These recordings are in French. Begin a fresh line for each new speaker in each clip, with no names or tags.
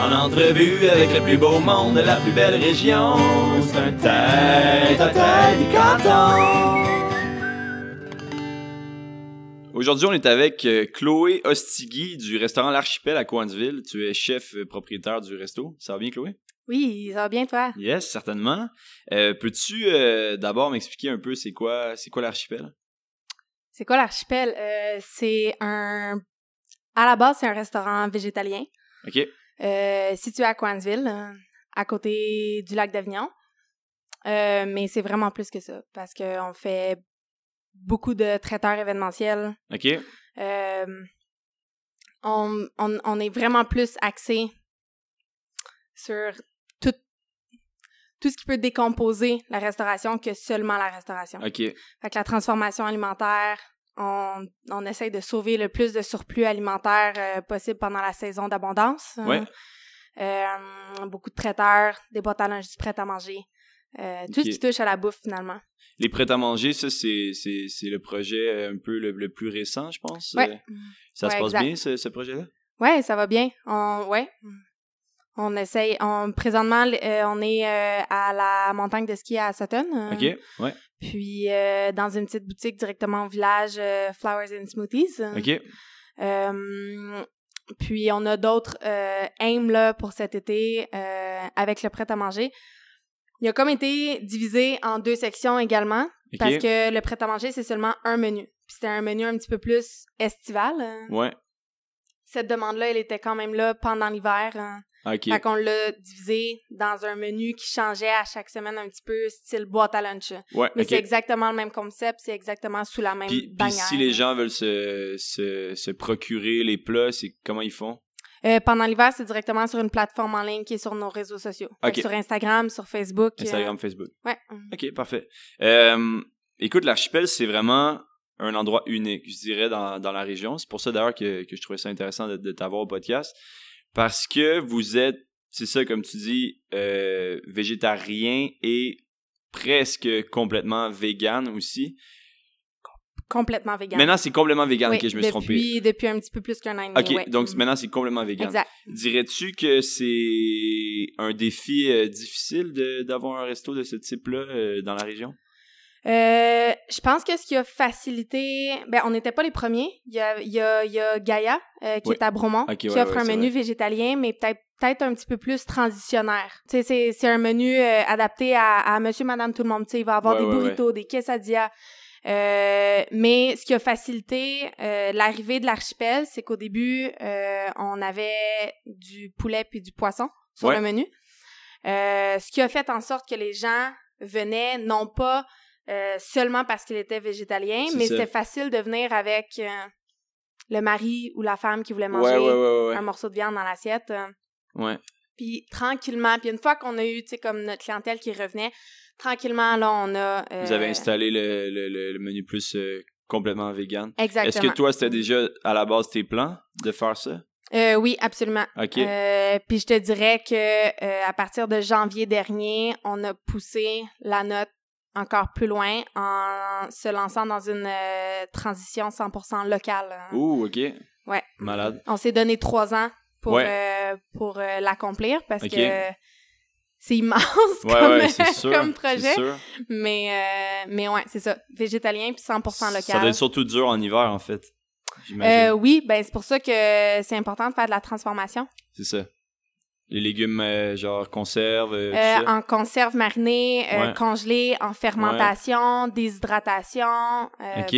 En entrevue avec le plus beau monde de la plus belle région, c'est un tête à tête du canton. Aujourd'hui, on est avec euh, Chloé Ostigui du restaurant L'Archipel à Coansville. Tu es chef euh, propriétaire du resto. Ça va bien, Chloé?
Oui, ça va bien, toi?
Yes, certainement. Euh, Peux-tu euh, d'abord m'expliquer un peu c'est quoi, c'est quoi l'archipel?
C'est quoi l'archipel? Euh, c'est un... À la base, c'est un restaurant végétalien
OK.
euh, situé à Coansville, euh, à côté du lac d'Avignon. Euh, mais c'est vraiment plus que ça, parce qu'on fait beaucoup de traiteurs événementiels.
OK.
Euh, on, on- on est vraiment plus axé sur tout, tout ce qui peut décomposer la restauration que seulement la restauration.
OK.
Fait que la transformation alimentaire, on, on essaye de sauver le plus de surplus alimentaire euh, possible pendant la saison d'abondance. hein.
Ouais.
Euh, beaucoup de traiteurs, des boîtes à linge du prêt à manger. euh, tout
Ok.
ce qui touche à la bouffe, finalement.
Les prêts à manger, ça, c'est c'est- c'est le projet euh, un peu le, le plus récent, je pense.
Ouais.
Euh, Ça se
Ouais,
passe
exact.
bien, ce, ce projet-là?
Ouais, ça va bien. On, ouais. On essaye. On, présentement, l- euh, on est euh, à la montagne de ski à Sutton. euh,
OK. Ouais.
Puis euh, dans une petite boutique directement au village, euh, Flowers and Smoothies. hein.
OK.
Euh, puis on a d'autres euh, aims là, pour cet été euh, avec le prêt-à-manger. Il a comme été divisé en deux sections également
OK.
parce que le prêt-à-manger, c'est seulement un menu. Puis c'était un menu un petit peu plus estival. hein.
Ouais.
Cette demande-là, elle était quand même là pendant l'hiver. hein.
OK.
Fait qu'on l'a divisé dans un menu qui changeait à chaque semaine un petit peu, style boîte à lunch.
Ouais.
Mais
OK.
c'est exactement le même concept, c'est exactement sous la même
Puis, puis
bannière.
si les gens veulent se, se, se procurer les plats, c'est comment ils font?
Euh, pendant l'hiver, c'est directement sur une plateforme en ligne qui est sur nos réseaux sociaux. Fait
Ok.
que Sur Instagram, sur Facebook. euh,
Instagram, Facebook.
ouais. hum.
OK, parfait. Euh, écoute, l'archipel, c'est vraiment un endroit unique, je dirais, dans, dans la région. C'est pour ça, d'ailleurs, que, que je trouvais ça intéressant de, de t'avoir au podcast. Parce que vous êtes, c'est ça, comme tu dis, euh, végétarien et presque complètement vegan aussi.
euh, Complètement vegan.
Maintenant, c'est complètement vegan.
Oui,
OK, je me suis trompé.
depuis, depuis un petit peu plus qu'un an et demi.
OK,
ouais.
donc
Mm.
maintenant, c'est complètement vegan.
Exact.
Dirais-tu que c'est un défi euh, difficile de- d'avoir un resto de ce type-là euh, dans la région?
Euh, je pense que ce qui a facilité... Ben, on n'était pas les premiers. Il y a, il y a, il y a Gaïa, euh, qui
Oui.
est à Bromont,
Ok,
qui
ouais,
offre
ouais,
un
c'est
menu végétalien, mais peut-être peut-être un petit peu plus transitionnaire. Tu sais, c'est c'est un menu euh, adapté à, à monsieur, madame, tout le monde. Tu sais, il va avoir
Ouais,
des
ouais,
burritos, des quesadillas. Euh, mais ce qui a facilité euh, l'arrivée de l'archipel, c'est qu'au début, euh, on avait du poulet puis du poisson sur
Ouais.
le menu. Euh, ce qui a fait en sorte que les gens venaient non pas euh, seulement parce qu'il était végétalien,
C'est
mais
ça.
c'était facile de venir avec euh, le mari ou la femme qui voulait
Ouais,
manger
ouais, ouais, ouais.
un morceau de viande dans l'assiette. euh,
Ouais.
Puis tranquillement, puis une fois qu'on a eu, tu sais, comme notre clientèle qui revenait, tranquillement, là, on a... euh,
Vous avez installé le, le- le- le menu plus euh, complètement vegan. Est-ce
Exactement.
que toi, c'était déjà à la base tes plans de faire ça?
Euh, oui, absolument.
OK.
Euh, puis je te dirais que euh, à partir de janvier dernier, on a poussé la note encore plus loin en se lançant dans une euh, transition 100% locale.
Ouh, OK.
Ouais.
Malade.
On s'est donné trois ans pour
Ouais.
euh, pour euh, l'accomplir parce
Ok.
que c'est immense
Ouais,
comme, euh,
ouais, c'est sûr.
comme
c'est
projet.
sûr.
Mais euh, mais ouais, c'est ça. Végétalien puis 100%
Ça doit
local.
être surtout dur en hiver, en fait.
Euh,
J'imagine.
oui, ben c'est pour ça que c'est important de faire de la transformation.
C'est ça. Les légumes, euh, genre conserve, euh, tout ça.
Euh, en conserve marinée, euh,
Ouais.
congelée, en fermentation, déshydratation. euh,
OK.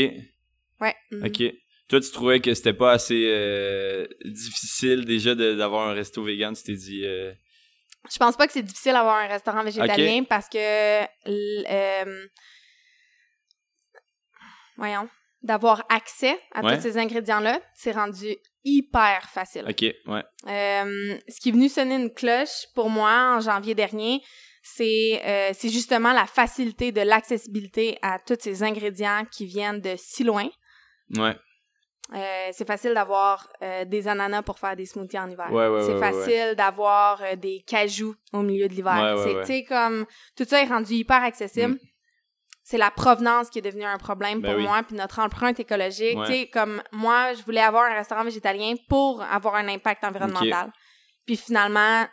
Ouais. mm.
OK. Toi, tu trouvais que c'était pas assez euh, difficile déjà de- d'avoir un resto vegan. Tu t'es dit. euh,
Je pense pas que c'est difficile d'avoir un restaurant végétalien parce que. l- euh, voyons. D'avoir accès à
Ouais.
tous ces ingrédients-là, c'est rendu hyper facile.
OK, ouais.
Euh, ce qui est venu sonner une cloche pour moi en janvier dernier, c'est euh, c'est justement la facilité de l'accessibilité à tous ces ingrédients qui viennent de si loin.
Ouais.
Euh, c'est facile d'avoir euh, des ananas pour faire des smoothies en hiver.
Ouais, ouais,
c'est
ouais, ouais,
facile d'avoir euh, des cajous au milieu de l'hiver.
Ouais, ouais,
c'est
ouais.
tu sais, comme tout ça est rendu hyper accessible.
Mm.
C'est la provenance qui est devenue un problème
Ben
pour
oui.
moi, puis notre empreinte écologique.
Ouais.
Tu sais, comme moi, je voulais avoir un restaurant végétalien pour avoir un impact environnemental. Puis finalement,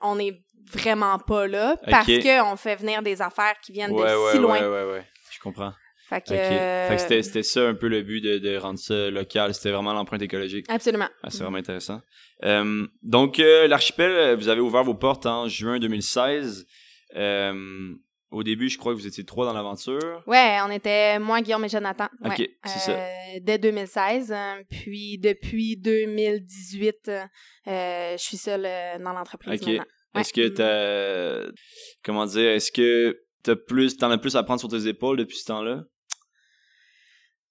on n'est vraiment pas là
Ok.
parce qu'on fait venir des affaires qui viennent de si loin.
Ouais, ouais, ouais. Je comprends.
Fait que,
Ok. Fait que
euh,
c'était- c'était ça un peu le but de, de rendre ça local. C'était vraiment l'empreinte écologique.
absolument.
Ah, c'est vraiment intéressant. Euh, donc, euh, l'archipel, euh, vous avez ouvert vos portes en juin 2016. Euh, au début, je crois que vous étiez trois dans l'aventure.
Ouais, on était moi, Guillaume et Jonathan. Ouais.
Ok, c'est
Euh, Dès 2016. hein, puis depuis 2018, euh, euh, je suis seule euh, dans l'entreprise.
Ok.
maintenant. Ouais. Mm.
Est-ce que t'as. Comment dire Est-ce que t'as plus, t'en as plus à prendre sur tes épaules depuis ce temps-là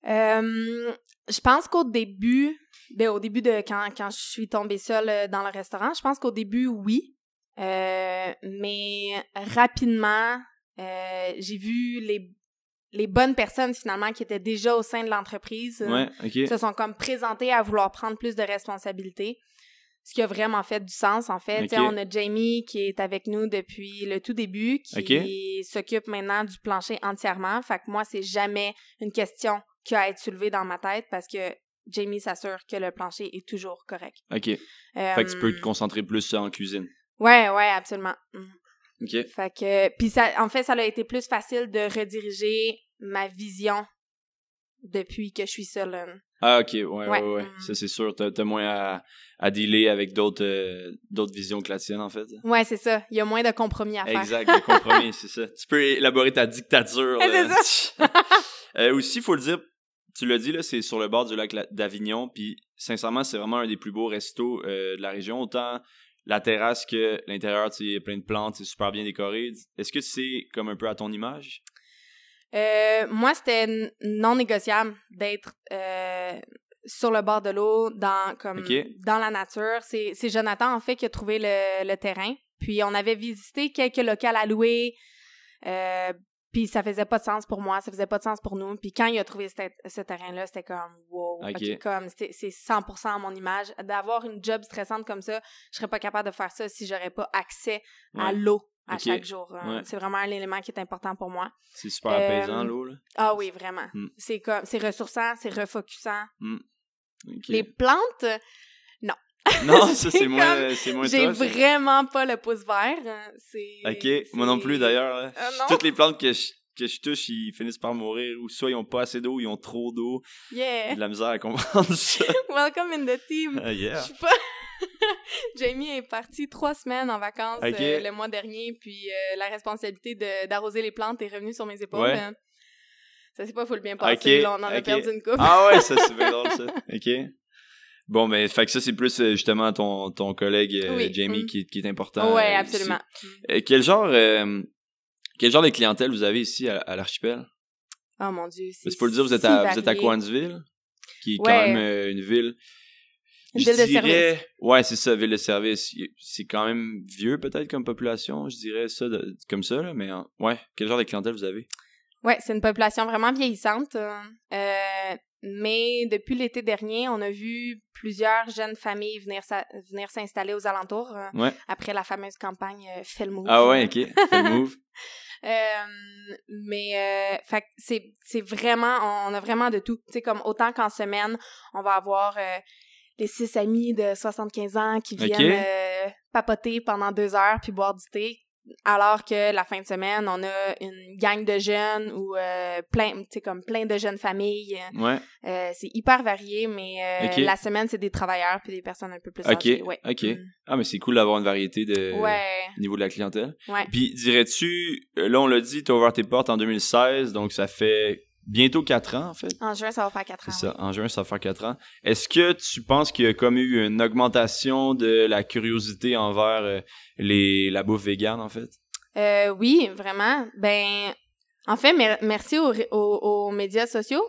Euh, je pense qu'au début, ben, au début de quand, quand je suis tombée seule euh, dans le restaurant, je pense qu'au début, oui. Euh, mais rapidement, euh, j'ai vu les, les bonnes personnes finalement qui étaient déjà au sein de l'entreprise euh,
Ouais, ok.
se sont comme présentées à vouloir prendre plus de responsabilités. Ce qui a vraiment fait du sens, en fait.
Ok.
Tu sais, On a Jamie qui est avec nous depuis le tout début, qui s'occupe maintenant du plancher entièrement. Fait que moi, c'est jamais une question qui a à être soulevée dans ma tête parce que Jamie s'assure que le plancher est toujours correct.
Ok.
Euh,
Fait que tu peux te concentrer plus en cuisine.
Ouais, ouais, absolument. Mhm.
Ok.
Fait que, puis ça, en fait, ça a été plus facile de rediriger ma vision depuis que je suis seule. euh,
Ah, ok, ouais, ouais, ouais.
Ouais.
ouais.
Mhm.
Ça, c'est sûr. T'as t'as moins à, à dealer avec d'autres euh, d'autres visions que la tienne, en fait.
Ouais, c'est ça. Il y a moins de compromis à faire.
Exact, le compromis, c'est ça. Tu peux élaborer ta dictature.
Ouais,
là. Euh, aussi, il faut le dire, tu l'as dit, là, c'est sur le bord du lac La- d'Avignon. Puis, sincèrement, c'est vraiment un des plus beaux restos euh, de la région. Autant la terrasse que l'intérieur, tu sais, il y a plein de plantes, c'est super bien décoré. Est-ce que c'est comme un peu à ton image?
Euh, moi, c'était n- non négociable d'être euh, sur le bord de l'eau, dans, comme,
Ok.
dans la nature. C'est c'est Jonathan, en fait, qui a trouvé le, le terrain. Puis on avait visité quelques locales à louer. euh, puis ça faisait pas de sens pour moi, ça faisait pas de sens pour nous. Puis quand il a trouvé ce, ce terrain-là, c'était comme wow,
Ok.
ok, comme c'est c'est 100% à mon image. D'avoir une job stressante comme ça, je serais pas capable de faire ça si j'aurais pas accès à
Ouais,
l'eau à
Ok.
chaque jour. hein.
Ouais.
C'est vraiment un élément qui est important pour moi.
C'est super
Euh,
apaisant, l'eau, là.
Ah oui, vraiment.
Mm.
C'est comme c'est ressourçant, c'est refocusant.
Ok.
Les plantes, euh,
Non, ça, c'est
c'est
moins, c'est moins
j'ai
toi, ça.
vraiment pas le pouce vert. hein. C'est
Ok, moi
c'est-
non plus d'ailleurs. là.
Ah, non?
Toutes les plantes que je, que je touche, ils finissent par mourir. Ou soit ils ont pas assez d'eau, ils ont trop d'eau. J'ai
Yeah.
de la misère à comprendre ça.
Welcome in the team.
Ah,
Je
yeah.
suis pas Jamie est partie trois semaines en vacances
Ok.
euh, le mois dernier, puis euh, la responsabilité de- d'arroser les plantes est revenue sur mes épaules.
Ouais.
hein. Ça s'est pas full bien passé.
Ok,
là, on en a
ok.
perdu une coupe.
Ah ouais, ça c'est bien drôle ça. Ok. Bon, ben, fait que ça c'est plus euh, justement ton, ton collègue euh,
Oui,
Jamie
mm.
qui, qui est important.
ouais,
euh,
absolument.
ici. Euh, quel genre euh, quel genre de clientèle vous avez ici à, à l'archipel
Oh mon dieu, c'est
C'est pour le dire, vous êtes
si
à vous êtes à
varié.
Coansville, qui est quand
Ouais.
même euh, une ville.
Une
je
ville de
dirais- Ouais, c'est ça, ville de service. Il- C'est quand même vieux peut-être comme population, je dirais ça de- comme ça là, mais en- ouais, quel genre de clientèle vous avez
Ouais, c'est une population vraiment vieillissante. hein. Euh, mais depuis l'été dernier, on a vu plusieurs jeunes familles venir, sa- venir s'installer aux alentours hein,
Ouais.
après la fameuse campagne euh, Fais le move.
Ah ouais, ok. Fais le move.
Euh, mais euh, fait que c'est c'est vraiment on, on a vraiment de tout. Tu sais comme autant qu'en semaine, on va avoir euh, les six amis de 75 ans qui
Ok.
viennent euh, papoter pendant deux heures puis boire du thé. Alors que la fin de semaine, on a une gang de jeunes ou euh, plein, tu sais, comme plein de jeunes familles.
Ouais.
Euh, c'est hyper varié, mais euh,
Ok.
la semaine, c'est des travailleurs puis des personnes un peu plus
Ok,
âgées. Ouais.
ok.
Mm.
Ah mais c'est cool d'avoir une variété de
Ouais.
au niveau de la clientèle.
Ouais.
Puis dirais-tu, euh, là on l'a dit, tu as ouvert tes portes en 2016, donc ça fait bientôt 4 ans en fait.
En juin, ça va faire quatre
C'est
ans.
ça, en juin ça va faire 4 ans. Est-ce que tu penses qu'il y a comme eu une augmentation de la curiosité envers euh, les, la bouffe végane en fait?
Euh, oui, vraiment. Ben, en fait, mer- merci aux, ré- aux- aux médias sociaux.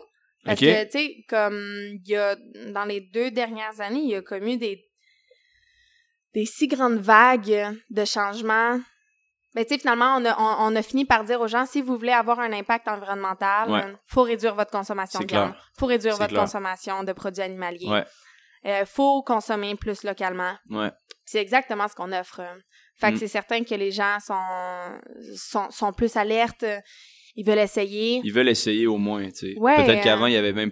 Parce
Ok.
que, tu sais, comme, il y a, dans les deux dernières années, il y a commis des, des si grandes vagues de changements. Ben, tu sais, finalement, on a, on, on a fini par dire aux gens, si vous voulez avoir un impact environnemental,
Ouais.
faut réduire votre consommation
C'est
de viande. faut réduire
C'est
votre
clair.
consommation de produits animaliers.
Ouais.
Euh, faut consommer plus localement.
Ouais.
C'est exactement ce qu'on offre. Fait que
Mm.
c'est certain que les gens sont, sont, sont plus alertes. Ils veulent essayer.
Ils veulent essayer au moins, tu sais.
Ouais,
Peut-être
euh,
qu'avant il y avait même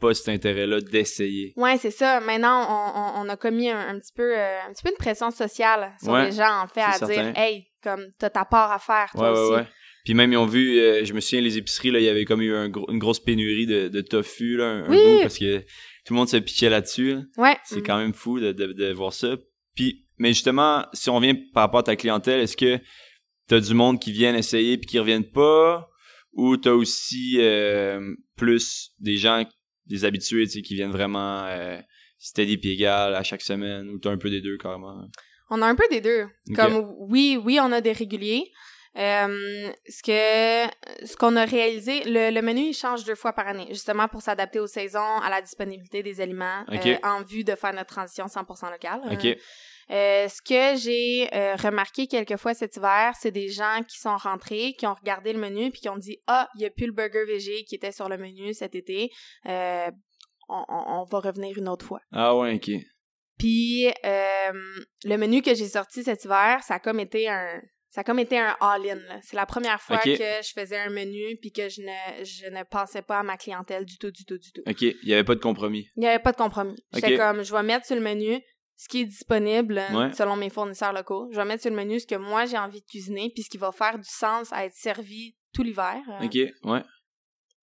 pas cet intérêt-là d'essayer.
Ouais, c'est ça. Maintenant, on, on- on a commis un, un petit peu, euh, un petit peu une pression sociale sur
Ouais,
les gens, en fait, à
c'est certain.
dire, hey, comme t'as ta part à faire,
Ouais,
toi
ouais,
aussi.
ouais. Puis même, ils ont vu, euh, je me souviens, les épiceries, là, il y avait comme eu un gros- une grosse pénurie de, de tofu, là, un, un
Oui. Mm.
bout, parce que tout le monde se piquait là-dessus. là.
Ouais.
C'est quand même fou de, de- de voir ça. Puis, mais justement, si on revient par rapport à ta clientèle, est-ce que t'as du monde qui viennent essayer puis qui reviennent pas? Ou t'as aussi euh, plus des gens, des habitués, tu sais, qui viennent vraiment euh, steady puis égal à chaque semaine? Ou t'as un peu des deux, carrément?
On a un peu des deux.
Ok.
Comme oui, oui, on a des réguliers. Euh, ce que ce qu'on a réalisé, le, le menu il change deux fois par année, justement pour s'adapter aux saisons, à la disponibilité des aliments,
Ok.
euh, en vue de faire notre transition 100% locale.
OK.
Euh, euh, ce que j'ai euh, remarqué quelquefois cet hiver, c'est des gens qui sont rentrés, qui ont regardé le menu, puis qui ont dit Ah, il n'y a plus le burger végé qui était sur le menu cet été. Euh, on- on- on va revenir une autre fois.
Ah ouais, OK.
Puis euh, le menu que j'ai sorti cet hiver, ça a comme été un ça a comme été un all-in. là. C'est la première fois
Ok.
que je faisais un menu puis que je ne je ne pensais pas à ma clientèle du tout du tout du tout.
OK. Il y avait pas de compromis.
Il n'y avait pas de compromis. J'étais
Ok.
comme je vais mettre sur le menu ce qui est disponible
Ouais.
selon mes fournisseurs locaux. Je vais mettre sur le menu ce que moi j'ai envie de cuisiner puis ce qui va faire du sens à être servi tout l'hiver. Euh,
OK. Ouais.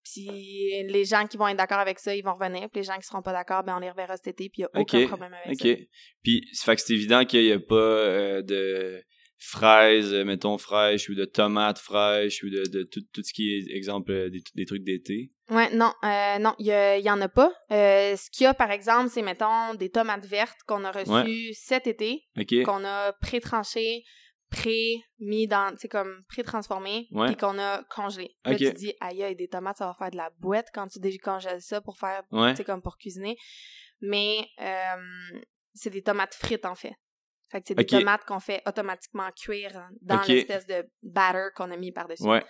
Puis les gens qui vont être d'accord avec ça, ils vont revenir. Puis les gens qui seront pas d'accord, ben on les reverra cet été puis il n'y a
Ok.
aucun problème avec Ben, ça.
OK. Puis, ça fait que c'est évident qu'il n'y a pas euh, de fraises, euh, mettons, fraîches ou de tomates fraîches ou de, de tout, tout ce qui est, exemple, euh, des, des trucs d'été.
Ouais, non, euh, non, il y, a- il y en a pas. Euh, ce qu'il y a, par exemple, c'est, mettons, des tomates vertes qu'on a reçues cet été,
OK.
qu'on a pré-tranchées, pré-mis dans, tu sais, comme pré-transformées,
Ouais.
puis qu'on a congelées. Là,
Ok.
tu dis, aïe, aïe, des tomates, ça va faire de la boîte quand tu décongèles ça pour faire,
Ouais.
tu sais, comme pour cuisiner. Mais euh, c'est des tomates frites, en fait. Fait que c'est des
Ok.
tomates qu'on fait automatiquement cuire dans
Ok.
l'espèce de batter qu'on a mis par-dessus.
Ouais.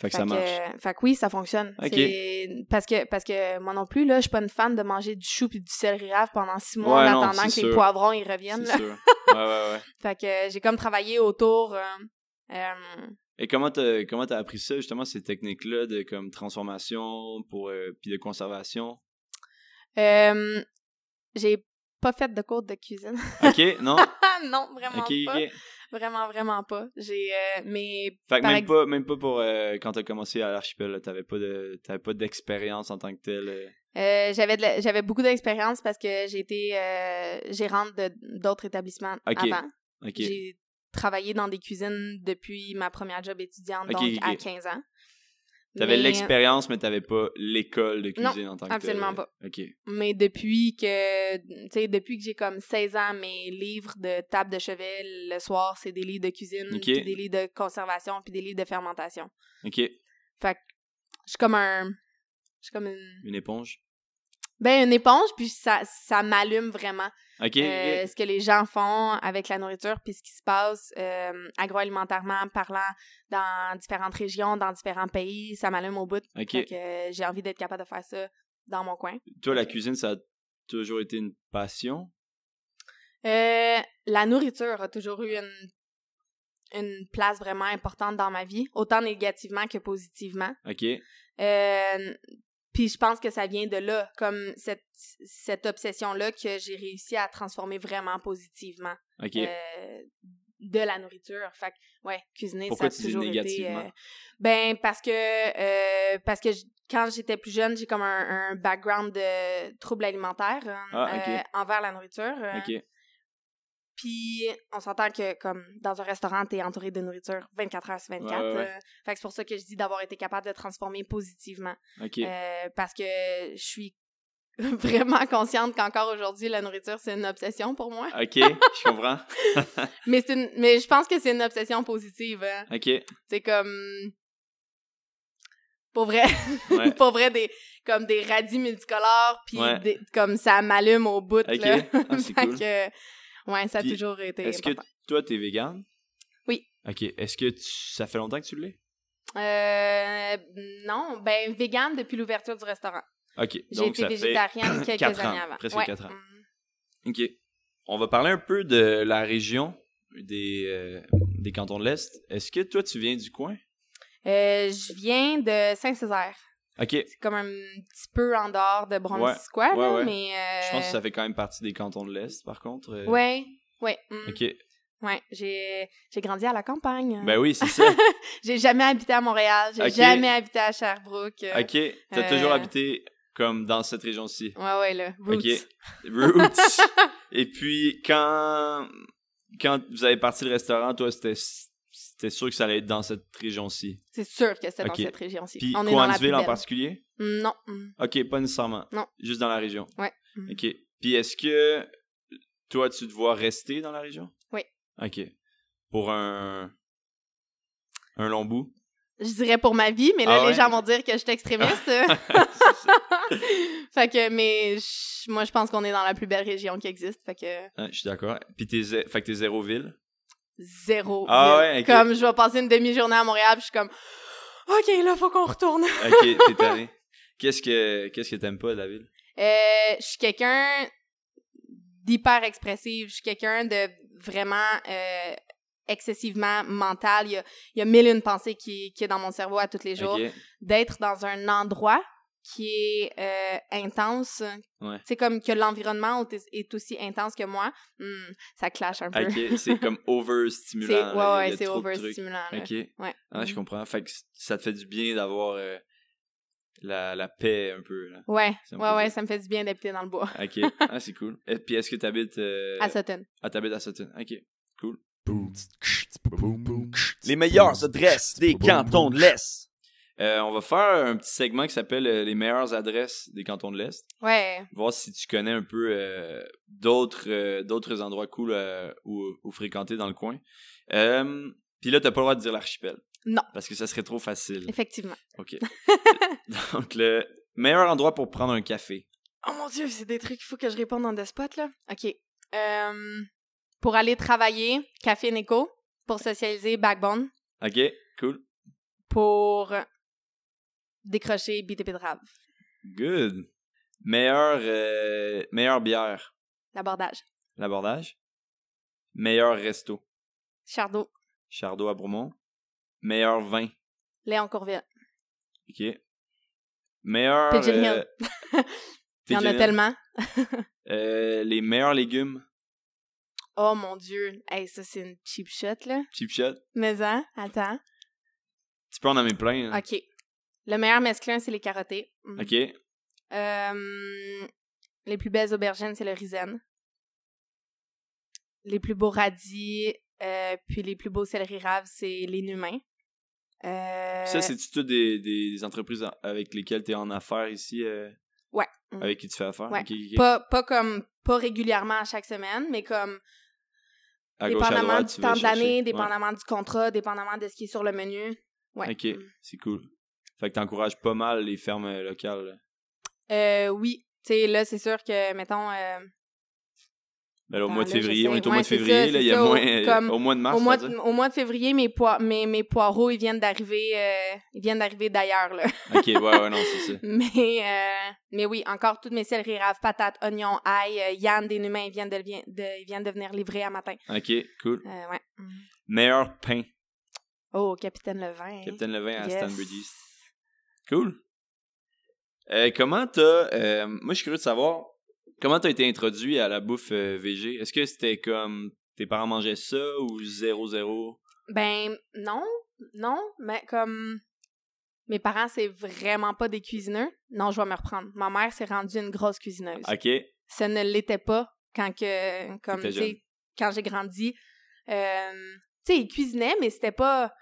Fait que
Fait
ça
que,
marche.
euh, fait que oui, ça fonctionne.
Ok.
C'est- Parce que parce que moi non plus là, je suis pas une fan de manger du chou puis du céleri rave pendant six mois
Ouais,
en
non,
attendant
c'est
que les
sûr.
poivrons ils reviennent.
c'est
Là.
sûr. Ouais, ouais, ouais.
Fait que euh, j'ai comme travaillé autour. euh, euh,
Et comment t'as, comment t'as appris ça, justement, ces techniques-là de comme transformation pour euh, puis de conservation?
euh, j'ai pas fait de cours de cuisine.
OK, non? OK,
Ah non, vraiment
OK.
pas. Vraiment vraiment pas. J'ai euh, mais
Fait que
Par
même,
ex-
pas, même pas pour euh, quand t'as commencé à l'archipel, là, t'avais pas, de, t'avais pas d'expérience en tant que telle. euh.
euh, j'avais de la- j'avais beaucoup d'expérience parce que j'ai été euh, gérante de d'autres établissements
Ok.
avant.
OK.
J'ai travaillé dans des cuisines depuis ma première job étudiante,
Ok,
donc
ok, ok.
à 15 ans.
T'avais
Mais- euh,
l'expérience, euh, mais t'avais pas l'école de cuisine en tant que
absolument
telle. OK.
Mais depuis que, tu sais, depuis que j'ai comme 16 ans, mes livres de table de chevet le soir, c'est des livres de cuisine,
Ok.
puis des livres de conservation, puis des livres de fermentation.
OK.
Je suis comme un... Je suis comme une...
Une éponge.
Ben, une éponge, puis ça, ça m'allume vraiment.
OK.
Euh,
ok.
ce que les gens font avec la nourriture, puis ce qui se passe euh, agroalimentairement parlant dans différentes régions, dans différents pays, ça m'allume au bout.
OK.
Fait que euh, j'ai envie d'être capable de faire ça dans mon coin.
Toi, la cuisine, ça a toujours été une passion.
Euh, la nourriture a toujours eu une, une place vraiment importante dans ma vie, autant négativement que positivement.
OK.
Euh, puis je pense que ça vient de là, comme cette, cette obsession-là que j'ai réussi à transformer vraiment positivement.
OK.
euh, de la nourriture. Fait que, ouais, cuisiner,
Pourquoi
ça
tu
a
dis
toujours été...
négativement?
euh, ben, parce que, euh, parce que j- quand j'étais plus jeune, j'ai comme un, un background de troubles alimentaires hein,
Ah, ok.
euh, envers la nourriture. euh,
OK.
Puis on s'entend que, comme, dans un restaurant, t'es entouré de nourriture 24 heures sur 24.
Ouais, ouais, ouais.
euh, fait que c'est pour ça que je dis d'avoir été capable de transformer positivement.
OK.
Euh, parce que je suis vraiment consciente qu'encore aujourd'hui, la nourriture, c'est une obsession pour moi.
OK. Je comprends.
Mais, c'est une- mais je pense que c'est une obsession positive. hein.
OK. Ouais.
c'est comme pour vrai pour vrai des comme des radis multicolores puis
Ouais.
des- comme ça m'allume au bout
OK.
là
Ah, c'est
Fait
cool.
que, ouais ça a
Puis,
toujours été
Est-ce que
important.
t- toi, t'es végane?
Oui.
OK. Est-ce que tu- ça fait longtemps que tu l'es?
Euh, non ben vegan depuis l'ouverture du restaurant
OK.
j'ai
Donc,
été
ça fait...
végétarienne quelques
quatre
années
ans,
avant
presque
Ouais.
quatre ans.
Mhm.
OK. On va parler un peu de la région des, euh, des cantons de l'Est. Est-ce que toi, tu viens du coin?
Euh, je viens de Saint-Césaire
OK.
C'est comme un petit peu en dehors de Bromsquoi,
Ouais, ouais,
là,
ouais.
mais... euh,
Je pense que ça fait quand même partie des cantons de l'Est, par contre. euh.
Ouais, ouais. mm,
OK.
Ouais, j'ai j'ai grandi à la campagne.
Ben oui, c'est ça.
J'ai jamais habité à Montréal, j'ai
Ok.
jamais habité à Sherbrooke. euh,
OK. T'as
Euh.
toujours habité comme dans cette région-ci.
Ouais, ouais, là. Roots.
Ok. Roots. Et puis, quand, quand vous avez parti le restaurant, toi, c'était c'était sûr que ça allait être dans cette région-ci.
C'est sûr que c'était
Ok.
dans cette région-ci.
Puis,
On est dans la plus
Coansville en
belle.
particulier?
Non. mm.
OK, pas nécessairement.
Non.
Juste dans la région.
Ouais.
OK. Puis est-ce que toi, tu te vois rester dans la région?
Oui.
OK. Pour un, un long bout?
Je dirais pour ma vie, mais là,
Ah ouais? Ah.
les gens vont dire que je suis extrémiste.
Ouais,
fait que, mais je- moi, je pense qu'on est dans la plus belle région qui existe. Fait que
Hein, Je suis d'accord. Puis t'es, zé- fait que t'es zéro ville?
zéro.
Ah
ville.
ouais, ok.
Comme je vais passer une demi-journée à Montréal, puis je suis comme, OK, là, faut qu'on retourne.
OK, t'es tanné. Qu'est-ce que, qu'est-ce que t'aimes pas de la ville?
Euh, je suis quelqu'un d'hyper expressif. Je suis quelqu'un de vraiment euh, excessivement mental. Il y a, il y a mille et une pensées qui, qui est dans mon cerveau à tous les jours.
OK.
D'être dans un endroit qui est euh, intense.
Ouais.
C'est comme que l'environnement au- est aussi intense que moi. Hmm, ça clash un peu.
OK, c'est comme
C'est
overstimulant. là,
ouais,
il y a
ouais, c'est
trop de trucs.
overstimulant. là.
OK.
Ouais. Mm-hmm.
Ah, je comprends. Fait que c- ça te fait du bien d'avoir euh, la, la paix un peu. là.
Ouais,
Ça me
ouais,
fait
ouais,
plaisir.
ça me fait du bien d'habiter dans le bois.
OK. Ah, c'est cool. Et puis, est-ce que t'habites... euh,
À Sutton.
Ah, t'habites à Sutton. OK.
Les meilleures adresses des cantons de l'Est.
Euh, on va faire un petit segment qui s'appelle euh, Les meilleures adresses des cantons de l'Est.
Ouais.
Voir si tu connais un peu euh, d'autres euh, d'autres endroits cool euh, ou, ou fréquentés dans le coin. Euh, Puis là, t'as pas le droit de dire l'archipel.
Non.
Parce que ça serait trop facile.
Effectivement.
OK. Donc, le meilleur endroit pour prendre un café.
Oh mon dieu, c'est des trucs qu'il faut que je réponde en des spots, là. OK. Euh, pour aller travailler, Café Neko. Pour socialiser, Backbone.
OK, cool.
Pour décrocher BTP Drave.
Good. Meilleure, euh, meilleure bière,
L'abordage.
l'abordage. Meilleur resto,
Chardot.
Chardot à Bromont. Meilleur vin,
Léon Courville.
OK. Meilleur.
Pigeon
euh,
Hill. Il y en
Pigeon
a
Hill.
tellement.
Euh, les meilleurs légumes.
Oh mon dieu. Hey, ça, c'est une cheap shot, là.
Cheap shot.
Mais hein, attends.
Tu peux en nommer plein. hein.
OK. Le meilleur mesclun, c'est les carottés. Mm.
OK.
Euh, les plus belles aubergines, c'est le risen. Les plus beaux radis, euh, puis les plus beaux céleri raves, c'est les numains. Euh,
Ça, c'est-tu tout des, des- des entreprises en- avec lesquelles tu es en affaires ici? euh,
Ouais. Mm.
Avec qui tu fais affaire?
Ouais.
OK, OK, OK.
pas, pas comme pas régulièrement à chaque semaine, mais comme
À gauche, à
dépendamment
droite, tu
du
vas
temps de
chercher.
l'année,
Ouais.
dépendamment du contrat, dépendamment de ce qui est sur le menu. Ouais. Mm.
OK, c'est cool. Fait que t'encourages pas mal les fermes euh, locales. là.
Euh, oui, tu sais, là, c'est sûr que, mettons, euh,
Ben là, au
Ah,
mois de
là, je
février,
sais.
on est au
Ouais,
mois de
c'est ça,
février, là,
c'est
il y a
ça, au-
moins... euh,
comme-
au mois de mars,
au, mois
ça veut
de, au mois de février, mes, poi- mes, mes poireaux, ils viennent d'arriver euh, ils viennent d'arriver d'ailleurs, là.
dire? OK, ouais, ouais, non, c'est ça.
Mais, euh, mais oui, encore toutes mes céleri raves, patates, oignons, ail, euh, Yann des Numains, ils viennent de, vi- de- ils viennent de venir livrer à matin.
OK, cool.
Euh, ouais.
Meilleur pain.
Oh, Capitaine Levin.
Capitaine Levin à
Yes.
Stanbury. Cool. Euh, comment t'as... euh, moi, je suis curieux de savoir, comment t'as été introduit à la bouffe euh, VG? Est-ce que c'était comme... Tes parents mangeaient ça ou 0-0?
Ben, non, non, mais comme mes parents, c'est vraiment pas des cuisineux. Non, je vais me reprendre. Ma mère s'est rendue une grosse cuisineuse.
OK.
ça ne l'était pas quand que comme
T'étais
tu
jeune.
sais quand j'ai grandi euh, tu sais ils cuisinaient mais c'était pas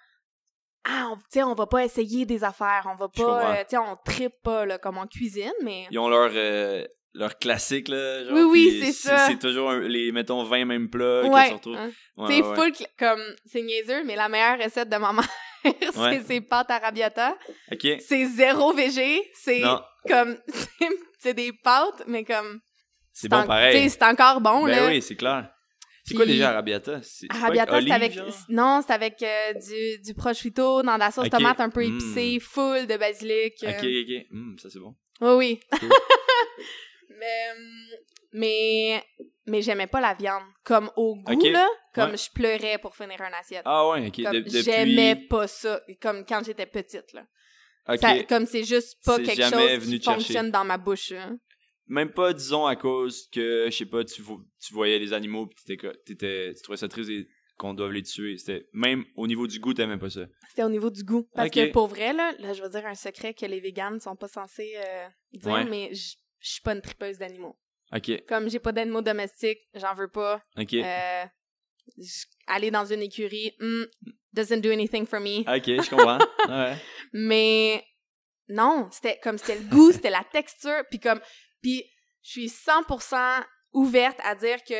ah on- tu sais on va pas essayer des affaires on va
Je comprends.
pas euh, tu sais on tripe pas là, comme on cuisine mais
Ils ont leur... euh, leur classique, là. genre,
Oui, oui,
puis
c'est ça.
C'est toujours un- les, mettons, 20 mêmes plats qui se
ouais
retrouvent.
hein.
Ouais,
tu sais
ouais, ouais.
full cl- comme c'est niaiseux mais la meilleure recette de maman c'est
Ouais.
ses pâtes arabiata
OK.
c'est zéro végé c'est
Non,
comme c'est- c'est des pâtes mais comme
c'est bon
en- tu sais,
pareil.
c'est encore bon
ben
là
oui, c'est clair. C'est
Puis-
quoi déjà Arabiata? C'est- c'est pas
Arabiata, Ah, c'est
olive,
avec.
genre?
Non, c'est avec euh, du, du prosciutto dans de la sauce
Ok.
tomate un peu
Mm.
épicée, full de basilic. euh,
Ok, ok. Hmm, ça, c'est bon.
Oui, oui.
Cool.
mais, euh, mais, mais j'aimais pas la viande. Comme au goût,
Ok.
là, comme
Ouais.
je pleurais pour finir une assiette.
Ah ouais, ok.
Comme
de- depuis...
J'aimais pas ça, comme quand j'étais petite, là.
Ok.
Ça- comme c'est juste pas
C'est
quelque
jamais
chose
venu
qui
te chercher.
fonctionne dans ma bouche. hein.
Même pas, disons, à cause que, je sais pas, tu, vo- tu voyais les animaux pis t'étais, co- t'étais- tu trouvais ça triste et qu'on doit les tuer. C'était, même au niveau du goût, t'aimais pas ça.
C'était au niveau du goût. Parce
Ok.
que pour vrai, là, là, je vais dire un secret que les véganes sont pas censés euh, dire,
Ouais.
mais je je suis pas une tripeuse d'animaux.
Ok,
Comme j'ai pas d'animaux domestiques, j'en veux pas.
ok,
Euh, j- aller dans une écurie, hmm, doesn't do anything for me.
ok, je comprends. ouais.
Mais non, c'était comme c'était le goût, c'était la texture, puis comme puis je suis 100% ouverte à dire que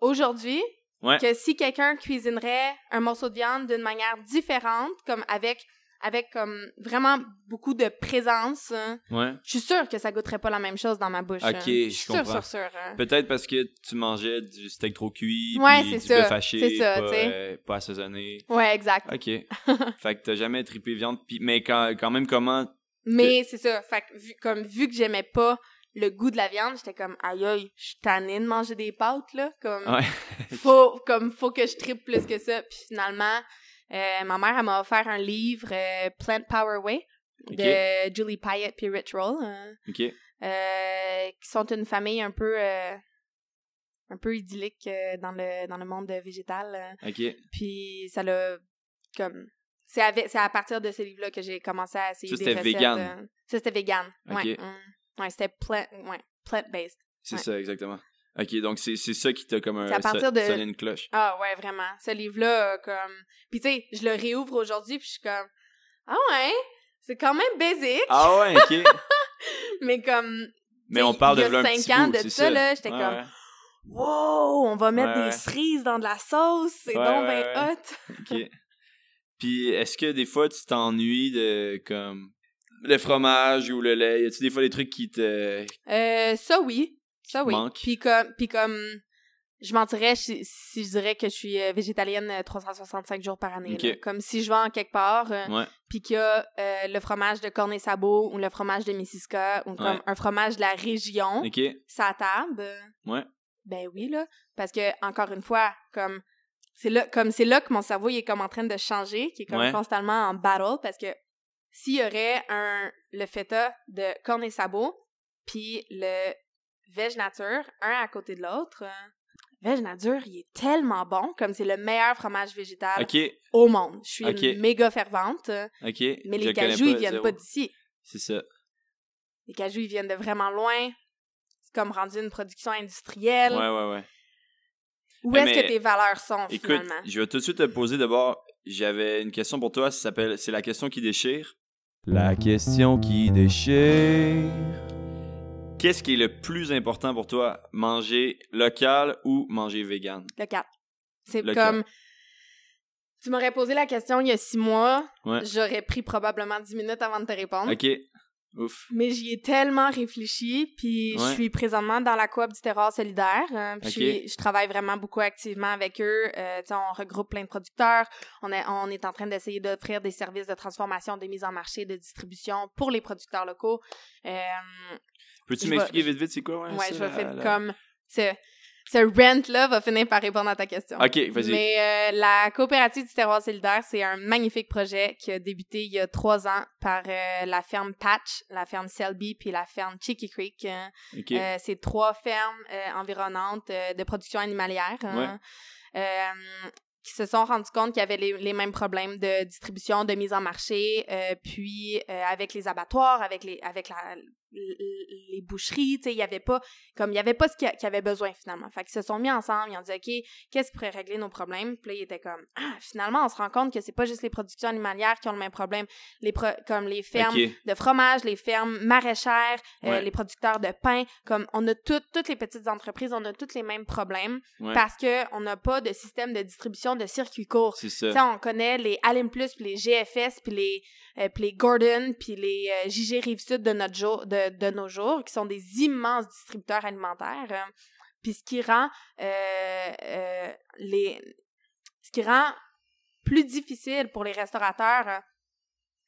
aujourd'hui
Ouais.
que si quelqu'un cuisinerait un morceau de viande d'une manière différente comme avec avec comme vraiment beaucoup de présence, hein,
Ouais.
je suis sûre que ça goûterait pas la même chose dans ma bouche.
Ok,
hein.
je
suis sûre,
comprends.
sûre, sûre. hein.
Peut-être parce que tu mangeais du steak trop cuit,
Ouais,
pis
c'est
du
ça,
bœuf haché,
c'est ça,
pas,
tu sais.
euh, pas assaisonné.
Ouais, exact.
Ok. fait que t'as jamais trippé viande, pis, mais quand, quand même, comment.
Mais c'est ça. Fait que vu, comme, vu que j'aimais pas le goût de la viande, j'étais comme, aïe, aïe, je suis tannée de manger des pâtes, là. Comme,
Ouais.
faut, comme, faut que je tripe plus que ça. Puis finalement, euh, ma mère, elle m'a offert un livre, euh, Plant Power Way, de Julie Payette puis Rich Roll, hein,
Ok.
euh, qui sont une famille un peu, euh, un peu idyllique euh, dans, le, dans le monde euh, végétal. hein.
Ok.
Puis ça l'a comme c'est avec c'est à partir de ce livre-là que j'ai commencé à essayer
Ça,
des
c'était
recettes.
vegan.
euh, Ça c'était vegan.
Ok.
Ouais. mm. Ouais, c'était plant ouais, plant based.
C'est
Ouais.
ça, exactement. Ok, donc c'est c'est ça qui t'a comme un,
C'est à partir
so-
de-
sonné une cloche.
Ah ouais, vraiment. Ce livre-là euh, comme puis tu sais, je le réouvre aujourd'hui puis je suis comme ah ouais, c'est quand même basic,
Ah ouais, ok.
mais comme
Mais
Tu sais,
on parle de
il y a
v'là un
cinq
petit
ans
bout,
de
c'est
ça, là, j'étais
Ouais,
comme,
ouais.
wow, on va mettre
Ouais, ouais.
des cerises dans de la sauce, c'est
Ouais,
donc
ouais,
ben
ouais.
hot.
Ok. Puis est-ce que des fois tu t'ennuies de comme le fromage ou le lait? Y a-tu des fois des trucs qui te.
Euh, ça oui, ça oui.
Manque.
Puis comme, puis comme, je mentirais si, si je dirais que je suis euh, végétalienne euh, 365 jours par année.
Ok.
là. Comme si je vais en quelque part, euh,
Ouais.
puis qu'il y a euh, le fromage de Cornet Sabot ou le fromage de Missisca ou comme
Ouais.
un fromage de la région,
Ok.
ça table. euh,
Ouais.
Ben oui là, parce que encore une fois, comme c'est là, comme c'est là que mon cerveau il est comme en train de changer, qui est comme
Ouais.
constamment en battle parce que s'il y aurait un le feta de corne et sabot puis le veg nature un à côté de l'autre euh, veg nature il est tellement bon comme c'est le meilleur fromage végétal
Ok.
au monde je suis
Ok.
une méga fervente euh,
Ok.
mais
Je
les
le connais
cajous ils viennent
zéro.
pas d'ici
C'est ça.
les cajous ils viennent de vraiment loin c'est comme rendu une production industrielle
Ouais, ouais, ouais.
où
Eh, Mais-
est-ce que tes valeurs sont
Écoute,
euh, finalement
je vais tout de suite te poser d'abord. J'avais une question pour toi. Ça s'appelle. C'est la question qui déchire. La question qui déchire. Qu'est-ce qui est le plus important pour toi, manger local ou manger vegan?
Le 4. C'est
Le
comme. Tu m'aurais posé la question il y a six mois.
Ouais.
J'aurais pris probablement dix minutes avant de te répondre.
Ok. Ouf.
Mais j'y ai tellement réfléchi, puis
Ouais.
je suis présentement dans la coop du terroir solidaire. hein, puis
Ok.
je suis- je, travaille vraiment beaucoup activement avec eux. Euh, tu sais, on regroupe plein de producteurs. On est, on est en train d'essayer d'offrir des services de transformation, de mise en marché, de distribution pour les producteurs locaux. Euh,
Peux-tu
Je vais-
m'expliquer vite vite c'est quoi? Ouais,
ouais,
ça,
je vais
la-
faire
la-
comme... Ce, ce rent-là va finir par répondre à ta question.
Ok, vas-y.
Mais euh, la coopérative du terroir solidaire, c'est un magnifique projet qui a débuté il y a trois ans par euh, la ferme Patch, la ferme Selby, puis la ferme Cheeky Creek. hein.
Ok.
Euh, c'est trois fermes euh, environnantes euh, de production animalière hein, euh, qui se sont rendues compte qu'il y avait les, les mêmes problèmes de distribution, de mise en marché, euh, puis euh, avec les abattoirs, avec les, avec la- l- l- les boucheries, tu sais, il y avait pas, comme il y avait pas ce qu'il y a- qu'il y avait besoin finalement. Fait qu'ils se sont mis ensemble, ils ont dit, OK, qu'est-ce qui pourrait régler nos problèmes? Puis là, ils étaient comme, ah, finalement, on se rend compte que c'est pas juste les productions animalières qui ont le même problème. Les pro- comme les fermes
Ok.
de fromage, les fermes maraîchères, euh,
Ouais.
les producteurs de pain, comme on a toutes toutes les petites entreprises, on a tous les mêmes problèmes
Ouais.
parce que on n'a pas de système de distribution de circuit court.
C'est
Tu
ça.
sais, on connaît les Alim Plus, puis les GFS, puis les, euh, puis les Gordon, puis les euh, JG Rive-Sud de, notre jour, de, de nos jours, qui sont des immenses distributeurs alimentaires. euh, puis ce qui rend euh, euh, les... Ce qui rend plus difficile pour les restaurateurs euh,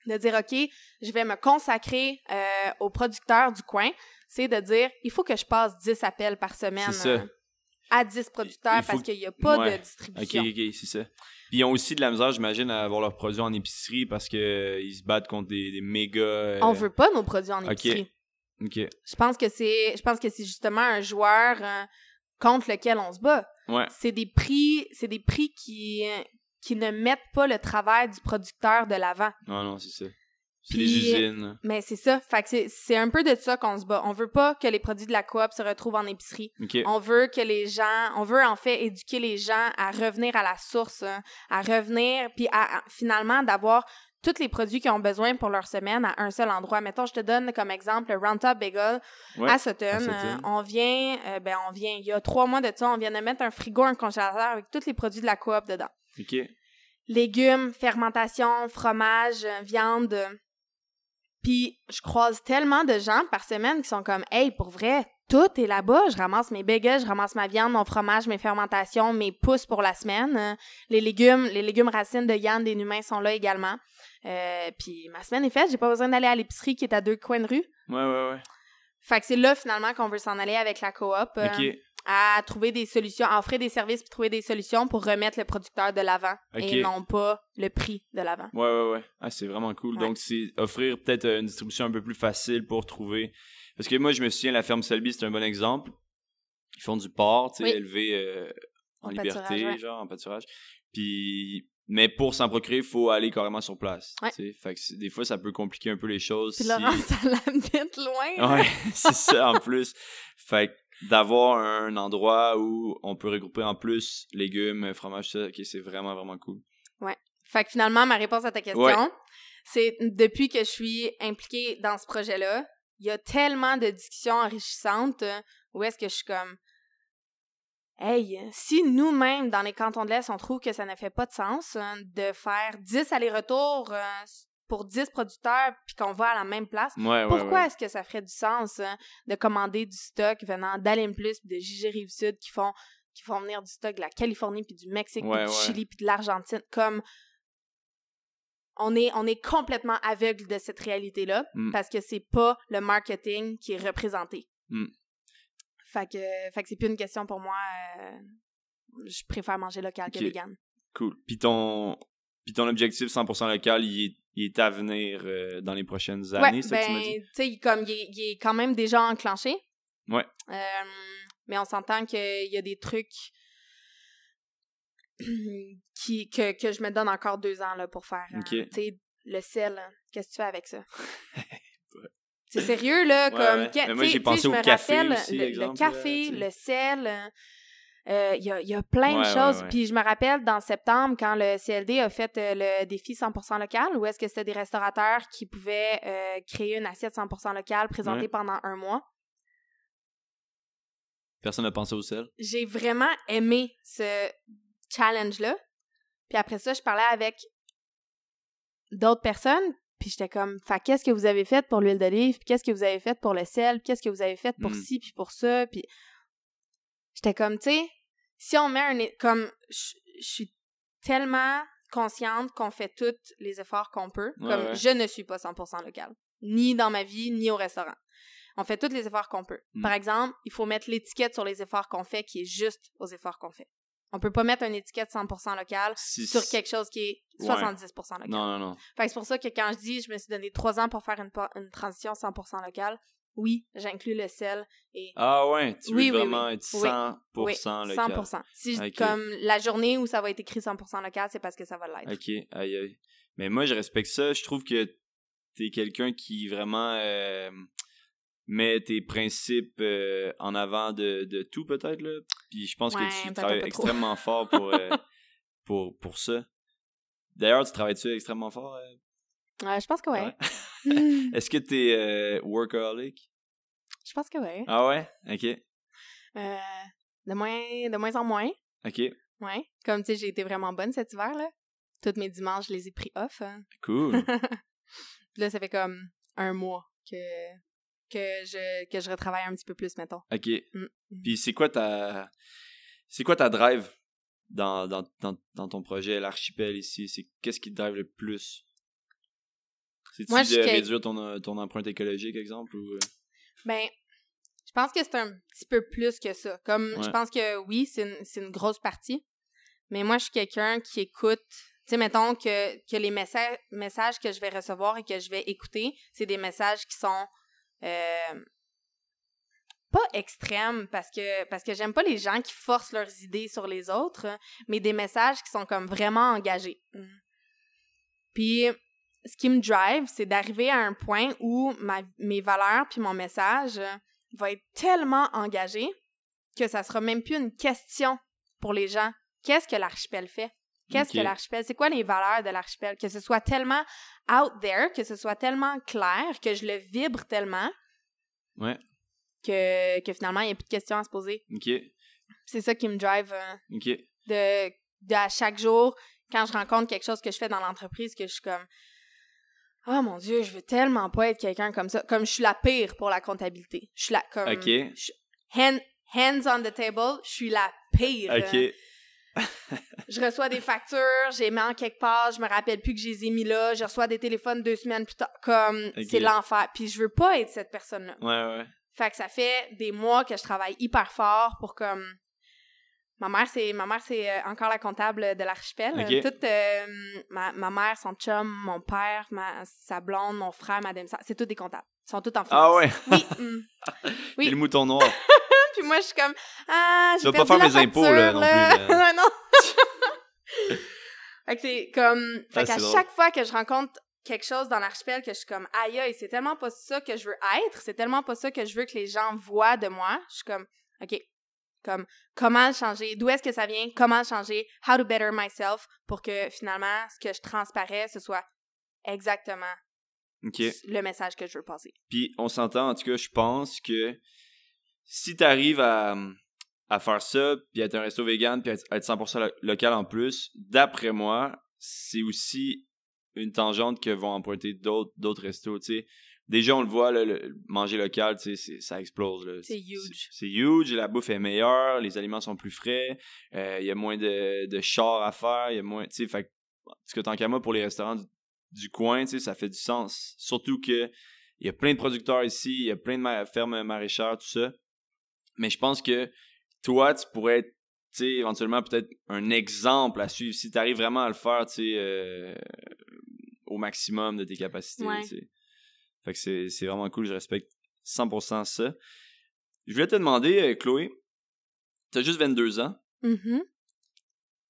de dire, OK, je vais me consacrer euh, aux producteurs du coin, c'est de dire, il faut que je passe 10 appels par semaine
C'est ça.
euh, à 10 producteurs
Il faut
parce
que-
qu'il n'y a pas
Ouais.
de
Ok,
distribution.
ok, c'est ça. Puis ils ont aussi de la misère, j'imagine, à avoir leurs produits en épicerie parce que euh, ils se battent contre des, des méga. euh,
On veut pas nos produits en
ok.
épicerie.
Ok.
Je pense que c'est je pense que c'est justement un joueur euh, contre lequel on se bat.
Ouais.
C'est des prix c'est des prix qui qui ne mettent pas le travail du producteur de l'avant.
Non, non, c'est ça. C'est
Puis- euh,
les usines.
Mais c'est ça, fait que c'est- c'est un peu de ça qu'on se bat. On veut pas que les produits de la coop se retrouvent en épicerie.
Ok.
On veut que les gens, on veut en fait éduquer les gens à revenir à la source, hein, à revenir, puis à, à- finalement d'avoir tous les produits qu'ils ont besoin pour leur semaine à un seul endroit. Mettons, je te donne comme exemple le Roundup Bagel
Ouais,
à Sutton.
à Sutton.
Euh, on vient, euh, ben on vient, il y a trois mois de ça, on vient de mettre un frigo, un congélateur avec tous les produits de la coop dedans.
Ok.
Légumes, fermentation, fromage, euh, viande. euh. Puis je croise tellement de gens par semaine qui sont comme Hey, pour vrai, tout est là-bas. Je ramasse mes bagels, je ramasse ma viande, mon fromage, mes fermentations, mes pousses pour la semaine. Euh, Les légumes, les légumes racines de Yann des Numains sont là également. Euh, puis ma semaine est faite, j'ai pas besoin d'aller à l'épicerie qui est à deux coins de rue.
Ouais, ouais, ouais.
Fait que c'est là finalement qu'on veut s'en aller avec la coop euh,
Ok.
à trouver des solutions, à offrir des services puis trouver des solutions pour remettre le producteur de l'avant et
Ok.
non pas le prix de l'avant.
Ouais, ouais, ouais. Ah, c'est vraiment cool.
Ouais.
Donc, c'est offrir peut-être euh, une distribution un peu plus facile pour trouver. Parce que moi, je me souviens, la ferme Selby, c'est un bon exemple. Ils font du porc, tu sais,
Oui.
élevé euh, en,
En
liberté,
pâturage, ouais.
genre, en pâturage. Puis, mais pour s'en procurer, il faut aller carrément sur place.
Ouais.
tu sais. Fait que c'est- des fois, ça peut compliquer un peu les choses.
Puis
si-
Laurent, ça l'amène loin. là.
Ouais, c'est ça en plus. Fait que d'avoir un endroit où on peut regrouper en plus légumes, fromage, ça, ok, c'est vraiment, vraiment cool.
Fait que finalement, ma réponse à ta question,
Ouais.
c'est depuis que je suis impliquée dans ce projet-là, il y a tellement de discussions enrichissantes euh, où est-ce que je suis comme Hey, si nous-mêmes, dans les cantons de l'Est, on trouve que ça ne fait pas de sens hein, de faire 10 allers-retours euh, pour 10 producteurs puis qu'on va à la même place,
Ouais, ouais,
pourquoi
ouais.
est-ce que ça ferait du sens hein, de commander du stock venant d'Allen Plus de JG Rive Sud qui font qui font venir du stock de la Californie puis du Mexique
Ouais,
puis du
ouais.
Chili puis de l'Argentine comme on est on est complètement aveugle de cette réalité là
Mm.
parce que c'est pas le marketing qui est représenté.
Mm.
Fait que fait que c'est plus une question pour moi euh, je préfère manger local
Ok.
que vegan.
Cool. Puis ton, puis ton objectif 100% local, il est, il est à venir euh, dans les prochaines années,
ouais,
c'est ça que tu m'as dit?
ben, tu sais, il- comme il est, il est quand même déjà enclenché.
Ouais.
Euh, mais on s'entend qu'il y a des trucs qui, que, que je me donne encore deux ans là, pour faire. hein.
Ok.
Tu sais, le sel, hein, qu'est-ce que tu fais avec ça? C'est sérieux, là,
Ouais,
comme...
ouais.
que-
Mais moi,
tu sais-
j'ai
tu sais,
pensé
je
au
me
café
rappelle,
aussi,
le, le
exemple, là,
café,
tu sais.
le sel... hein, euh, Il y, a, il y a plein
Ouais,
de
ouais,
choses.
ouais.
Puis je me rappelle dans septembre, quand le CLD a fait euh, le défi 100% local, où est-ce que c'était des restaurateurs qui pouvaient euh, créer une assiette 100% locale présentée
Ouais.
pendant un mois.
Personne n'a pensé au sel.
J'ai vraiment aimé ce challenge-là. Puis après ça, je parlais avec d'autres personnes. Puis j'étais comme, Fait, qu'est-ce que vous avez fait pour l'huile d'olive? Puis qu'est-ce que vous avez fait pour le sel? Puis qu'est-ce que vous avez fait pour
Mm.
ci? Puis pour ça? Puis j'étais comme, tu sais, si on met un. é- Comme, je je suis tellement consciente qu'on fait tous les efforts qu'on peut.
Ouais,
comme,
ouais.
je ne suis pas 100% locale. Ni dans ma vie, ni au restaurant. On fait tous les efforts qu'on peut.
Mm.
Par exemple, il faut mettre l'étiquette sur les efforts qu'on fait qui est juste aux efforts qu'on fait. On peut pas mettre une étiquette 100% locale
Si-
sur quelque chose qui est
Ouais.
70% local.
Non, non, non.
Fait que c'est pour ça que quand je dis je me suis donné trois ans pour faire une, pa- une transition 100% locale, oui, j'inclus le sel et
Ah ouais, tu
Oui, oui,
veux vraiment
oui.
être
Oui,
100%
oui,
local.
100%. Si je-
Ok.
comme la journée où ça va être écrit 100% local, c'est parce que ça va l'être.
Ok, aïe aïe. Mais moi, je respecte ça. Je trouve que t'es quelqu'un qui vraiment euh, met tes principes euh, en avant de, de tout, peut-être. là. Puis je pense
Ouais,
que tu
peut-être un
travailles
peu trop.
extrêmement fort pour, euh, pour, pour ça. D'ailleurs, tu travailles-tu extrêmement fort? euh?
Euh, je pense que ouais.
Ouais. Est-ce que t'es euh, workaholic?
je pense que ouais.
Ah ouais? Ok,
Euh, de, moins, de moins en moins.
ok.
Ouais. Comme tu sais, j'ai été vraiment bonne cet hiver, là. Tous mes dimanches, je les ai pris off. hein.
Cool.
Puis là, ça fait comme un mois que, que, je, que je retravaille un petit peu plus, mettons.
Ok.
Mm.
Puis c'est quoi ta c'est quoi ta drive dans, dans, dans, dans ton projet l'archipel ici, c'est qu'est-ce qui te drive le plus C'est tu
Moi, je suis
de
que-
réduire ton, euh, ton empreinte écologique exemple ou euh,
Ben, Je pense que c'est un petit peu plus que ça. Comme, je
Ouais.
pense que oui, c'est une, c'est une grosse partie. Mais moi, je suis quelqu'un qui écoute. Tu sais, mettons que, que les messa- messages que je vais recevoir et que je vais écouter, c'est des messages qui sont euh, pas extrêmes parce que, parce que j'aime pas les gens qui forcent leurs idées sur les autres, hein, mais des messages qui sont comme vraiment engagés. Mm. Puis, ce qui me drive, c'est d'arriver à un point où ma- mes valeurs puis mon message euh, va être tellement engagé que ça sera même plus une question pour les gens. Qu'est-ce que l'archipel fait? Qu'est-ce
Ok.
que l'archipel? C'est quoi les valeurs de l'archipel? Que ce soit tellement out there, que ce soit tellement clair, que je le vibre tellement
Ouais.
que, que finalement, il n'y a plus de questions à se poser.
OK.
C'est ça qui me drive euh,
OK.
de, de à chaque jour, quand je rencontre quelque chose que je fais dans l'entreprise, que je suis comme Oh mon Dieu, je veux tellement pas être quelqu'un comme ça. Comme je suis la pire pour la comptabilité. Je suis la comme
OK.
hand- hands on the table, je suis la pire.
OK.
Je reçois des factures, j'ai mis en quelque part, je me rappelle plus que je les ai mis là, je reçois des téléphones deux semaines plus tard. Comme
Ok.
c'est l'enfer. Puis je veux pas être cette personne-là.
Ouais, ouais.
Fait que ça fait des mois que je travaille hyper fort pour comme ma mère c'est ma mère c'est euh, encore la comptable de l'archipel.
Ok.
Euh, Toute euh, ma, ma mère, son chum, mon père, ma sa blonde, mon frère, ma demi-sœur, c'est tous des comptables. Ils sont tous en finance.
Ah ouais,
Oui. mm. Oui.
t'es le mouton noir.
Puis moi je suis comme ah,
Tu
j'ai
vas pas
perdu
faire
la
mes impôts, là, non
facture,
plus, là.
Ouais, non. fait que c'est comme fait
Ah,
qu'à
c'est drôle.
chaque fois que je rencontre quelque chose dans l'archipel que je suis comme aïe aïe, c'est tellement pas ça que je veux être, c'est tellement pas ça que je veux que les gens voient de moi. Je suis comme OK. Comme comment le changer, d'où est-ce que ça vient, comment le changer, how to better myself pour que finalement ce que je transparais ce soit exactement
OK.
le message que je veux passer.
Puis on s'entend, en tout cas, je pense que si t'arrives à, à faire ça, puis être un resto vegan, puis être être 100% lo- local en plus, d'après moi, c'est aussi une tangente que vont emprunter d'autres d'autres restos, tu sais. Déjà, on le voit, là, le, manger local, tu sais, c'est- ça explose. là.
C'est huge.
C'est c'est huge, la bouffe est meilleure, les aliments sont plus frais, euh, il y a moins de, de chars à faire, il y a moins, tu sais, fait que, en tout cas, tant qu'à moi, pour les restaurants du, du coin, tu sais, ça fait du sens. Surtout que il y a plein de producteurs ici, il y a plein de ma- fermes maraîchères, tout ça. Mais je pense que toi, tu pourrais être, tu sais, éventuellement peut-être un exemple à suivre si tu arrives vraiment à le faire, tu sais, euh, au maximum de tes capacités.
Ouais.
tu sais. Fait que c'est, c'est vraiment cool, je respecte 100% ça. Je voulais te demander, euh, Chloé, tu as juste 22 ans,
Mhm,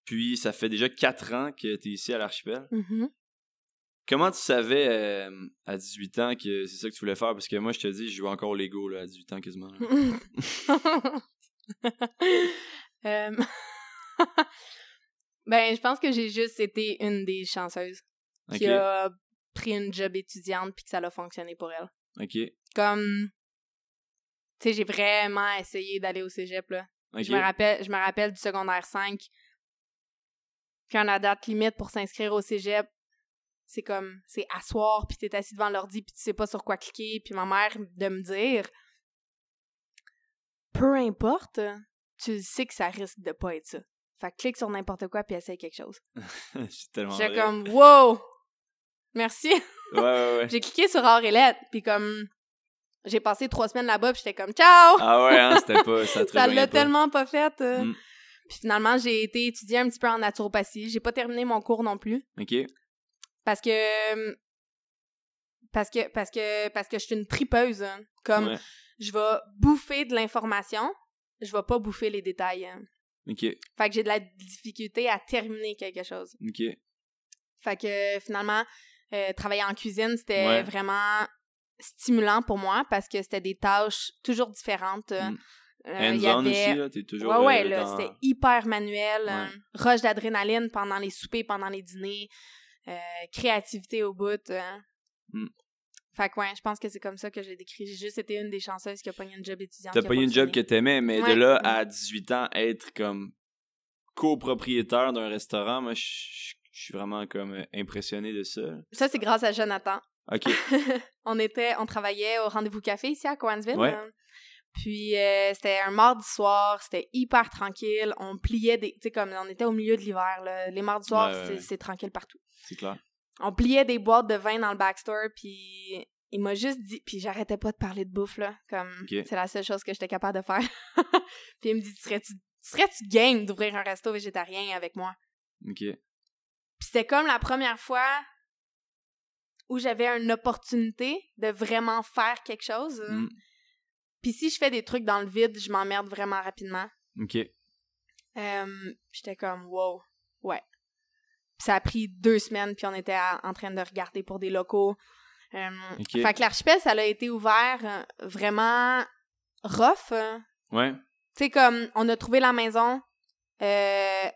puis ça fait déjà 4 ans que tu es ici à l'archipel.
mhm.
Comment tu savais euh, à 18 ans que c'est ça que tu voulais faire? Parce que moi, je te dis, je joue encore au Lego là, à 18 ans quasiment. là.
Euh, ben, je pense que j'ai juste été une des chanceuses
Ok,
qui a pris une job étudiante puis que ça a fonctionné pour elle.
ok,
Comme, tu sais, j'ai vraiment essayé d'aller au cégep, là.
ok.
Je, me rappelle, je me rappelle du secondaire 5. Quand la date limite pour s'inscrire au cégep, c'est comme, c'est asseoir, puis t'es assis devant l'ordi, puis tu sais pas sur quoi cliquer, puis ma mère de me dire, peu importe, tu sais que ça risque de pas être ça. Fait que clique sur n'importe quoi, puis essaye quelque chose.
c'est tellement
J'étais
vrai.
comme, wow! Merci!
Ouais, ouais, ouais.
J'ai cliqué sur Or et Lettres, puis comme, j'ai passé trois semaines là-bas, puis j'étais comme, ciao!
Ah ouais, hein, c'était pas. Ça, te
ça
rejoignait
l'a
pas.
tellement pas fait. euh.
Mm.
Puis finalement, j'ai été étudier un petit peu en naturopathie. J'ai pas terminé mon cours non plus
Ok,
parce que euh, parce que parce que parce que je suis une tripeuse. hein. Comme
ouais,
je vais bouffer de l'information, je vais pas bouffer les détails. hein.
ok,
Fait que j'ai de la difficulté à terminer quelque chose.
ok.
Fait que finalement, euh, travailler en cuisine, c'était
Ouais.
vraiment stimulant pour moi parce que c'était des tâches toujours différentes.
Mm.
Euh, il y
Hands-on
avait-
aussi, là, t'es toujours.
ouais, ouais,
euh,
là,
dans-
c'était hyper manuel. hein. Rush d'adrénaline pendant les soupers, pendant les dîners. euh, créativité au bout. hein.
Mm.
Fait que, ouais, je pense que c'est comme ça que je l'ai décrit. J'ai juste été une des chanceuses qui a pogné une job étudiante.
T'as
qui a
pas eu une job que
fonctionné.
t'aimais, mais
Ouais.
de là à 18 ans, être comme copropriétaire d'un restaurant, moi, je- je je suis vraiment comme euh, impressionné de ça.
Ça, c'est grâce à Jonathan.
Ok,
on était, on travaillait au rendez-vous café ici à Cowansville.
Ouais.
hein. Puis euh, c'était un mardi soir, c'était hyper tranquille. On pliait des, tu sais comme on était au milieu de l'hiver là. Les mardis soirs,
Ouais, ouais,
c'est-
ouais.
c'est tranquille partout.
c'est clair.
on pliait des boîtes de vin dans le backstore, puis il m'a juste dit, puis j'arrêtais pas de parler de bouffe, là, comme
Ok.
c'est la seule chose que j'étais capable de faire. puis il me dit, serais-tu serais-tu game d'ouvrir un resto végétarien avec moi?
Ok.
Puis c'était comme la première fois où j'avais une opportunité de vraiment faire quelque chose.
Mm.
Puis si je fais des trucs dans le vide, je m'emmerde vraiment rapidement.
Ok.
Euh, J'étais comme, wow, ouais. Puis ça a pris deux semaines, puis on était à- en train de regarder pour des locaux. Euh,
Ok.
Fait que l'archipel, ça a été ouvert euh, vraiment rough. hein.
Ouais.
Tu sais, comme, on a trouvé la maison. Euh,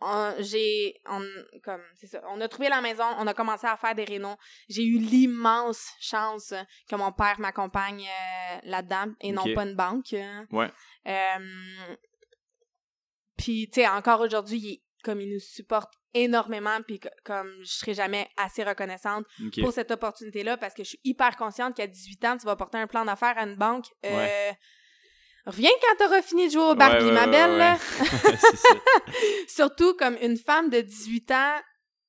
on- j'ai. On, comme, c'est ça. On a trouvé la maison, on a commencé à faire des rénaux. J'ai eu l'immense chance euh, que mon père m'accompagne euh, là-dedans et non
Ok.
pas une banque. hein.
Ouais.
Euh, Puis, tu sais, encore aujourd'hui, il est- comme il nous supporte énormément, puis co- comme je serai jamais assez reconnaissante
Ok.
pour cette opportunité-là parce que je suis hyper consciente qu'à 18 ans, tu vas porter un plan d'affaires à une banque. Euh, Reviens quand t'auras fini de jouer au Barbie,
Ouais, ouais,
ma
ouais,
belle.
ouais,
là.
ouais. C'est ça.
Surtout comme une femme de 18 ans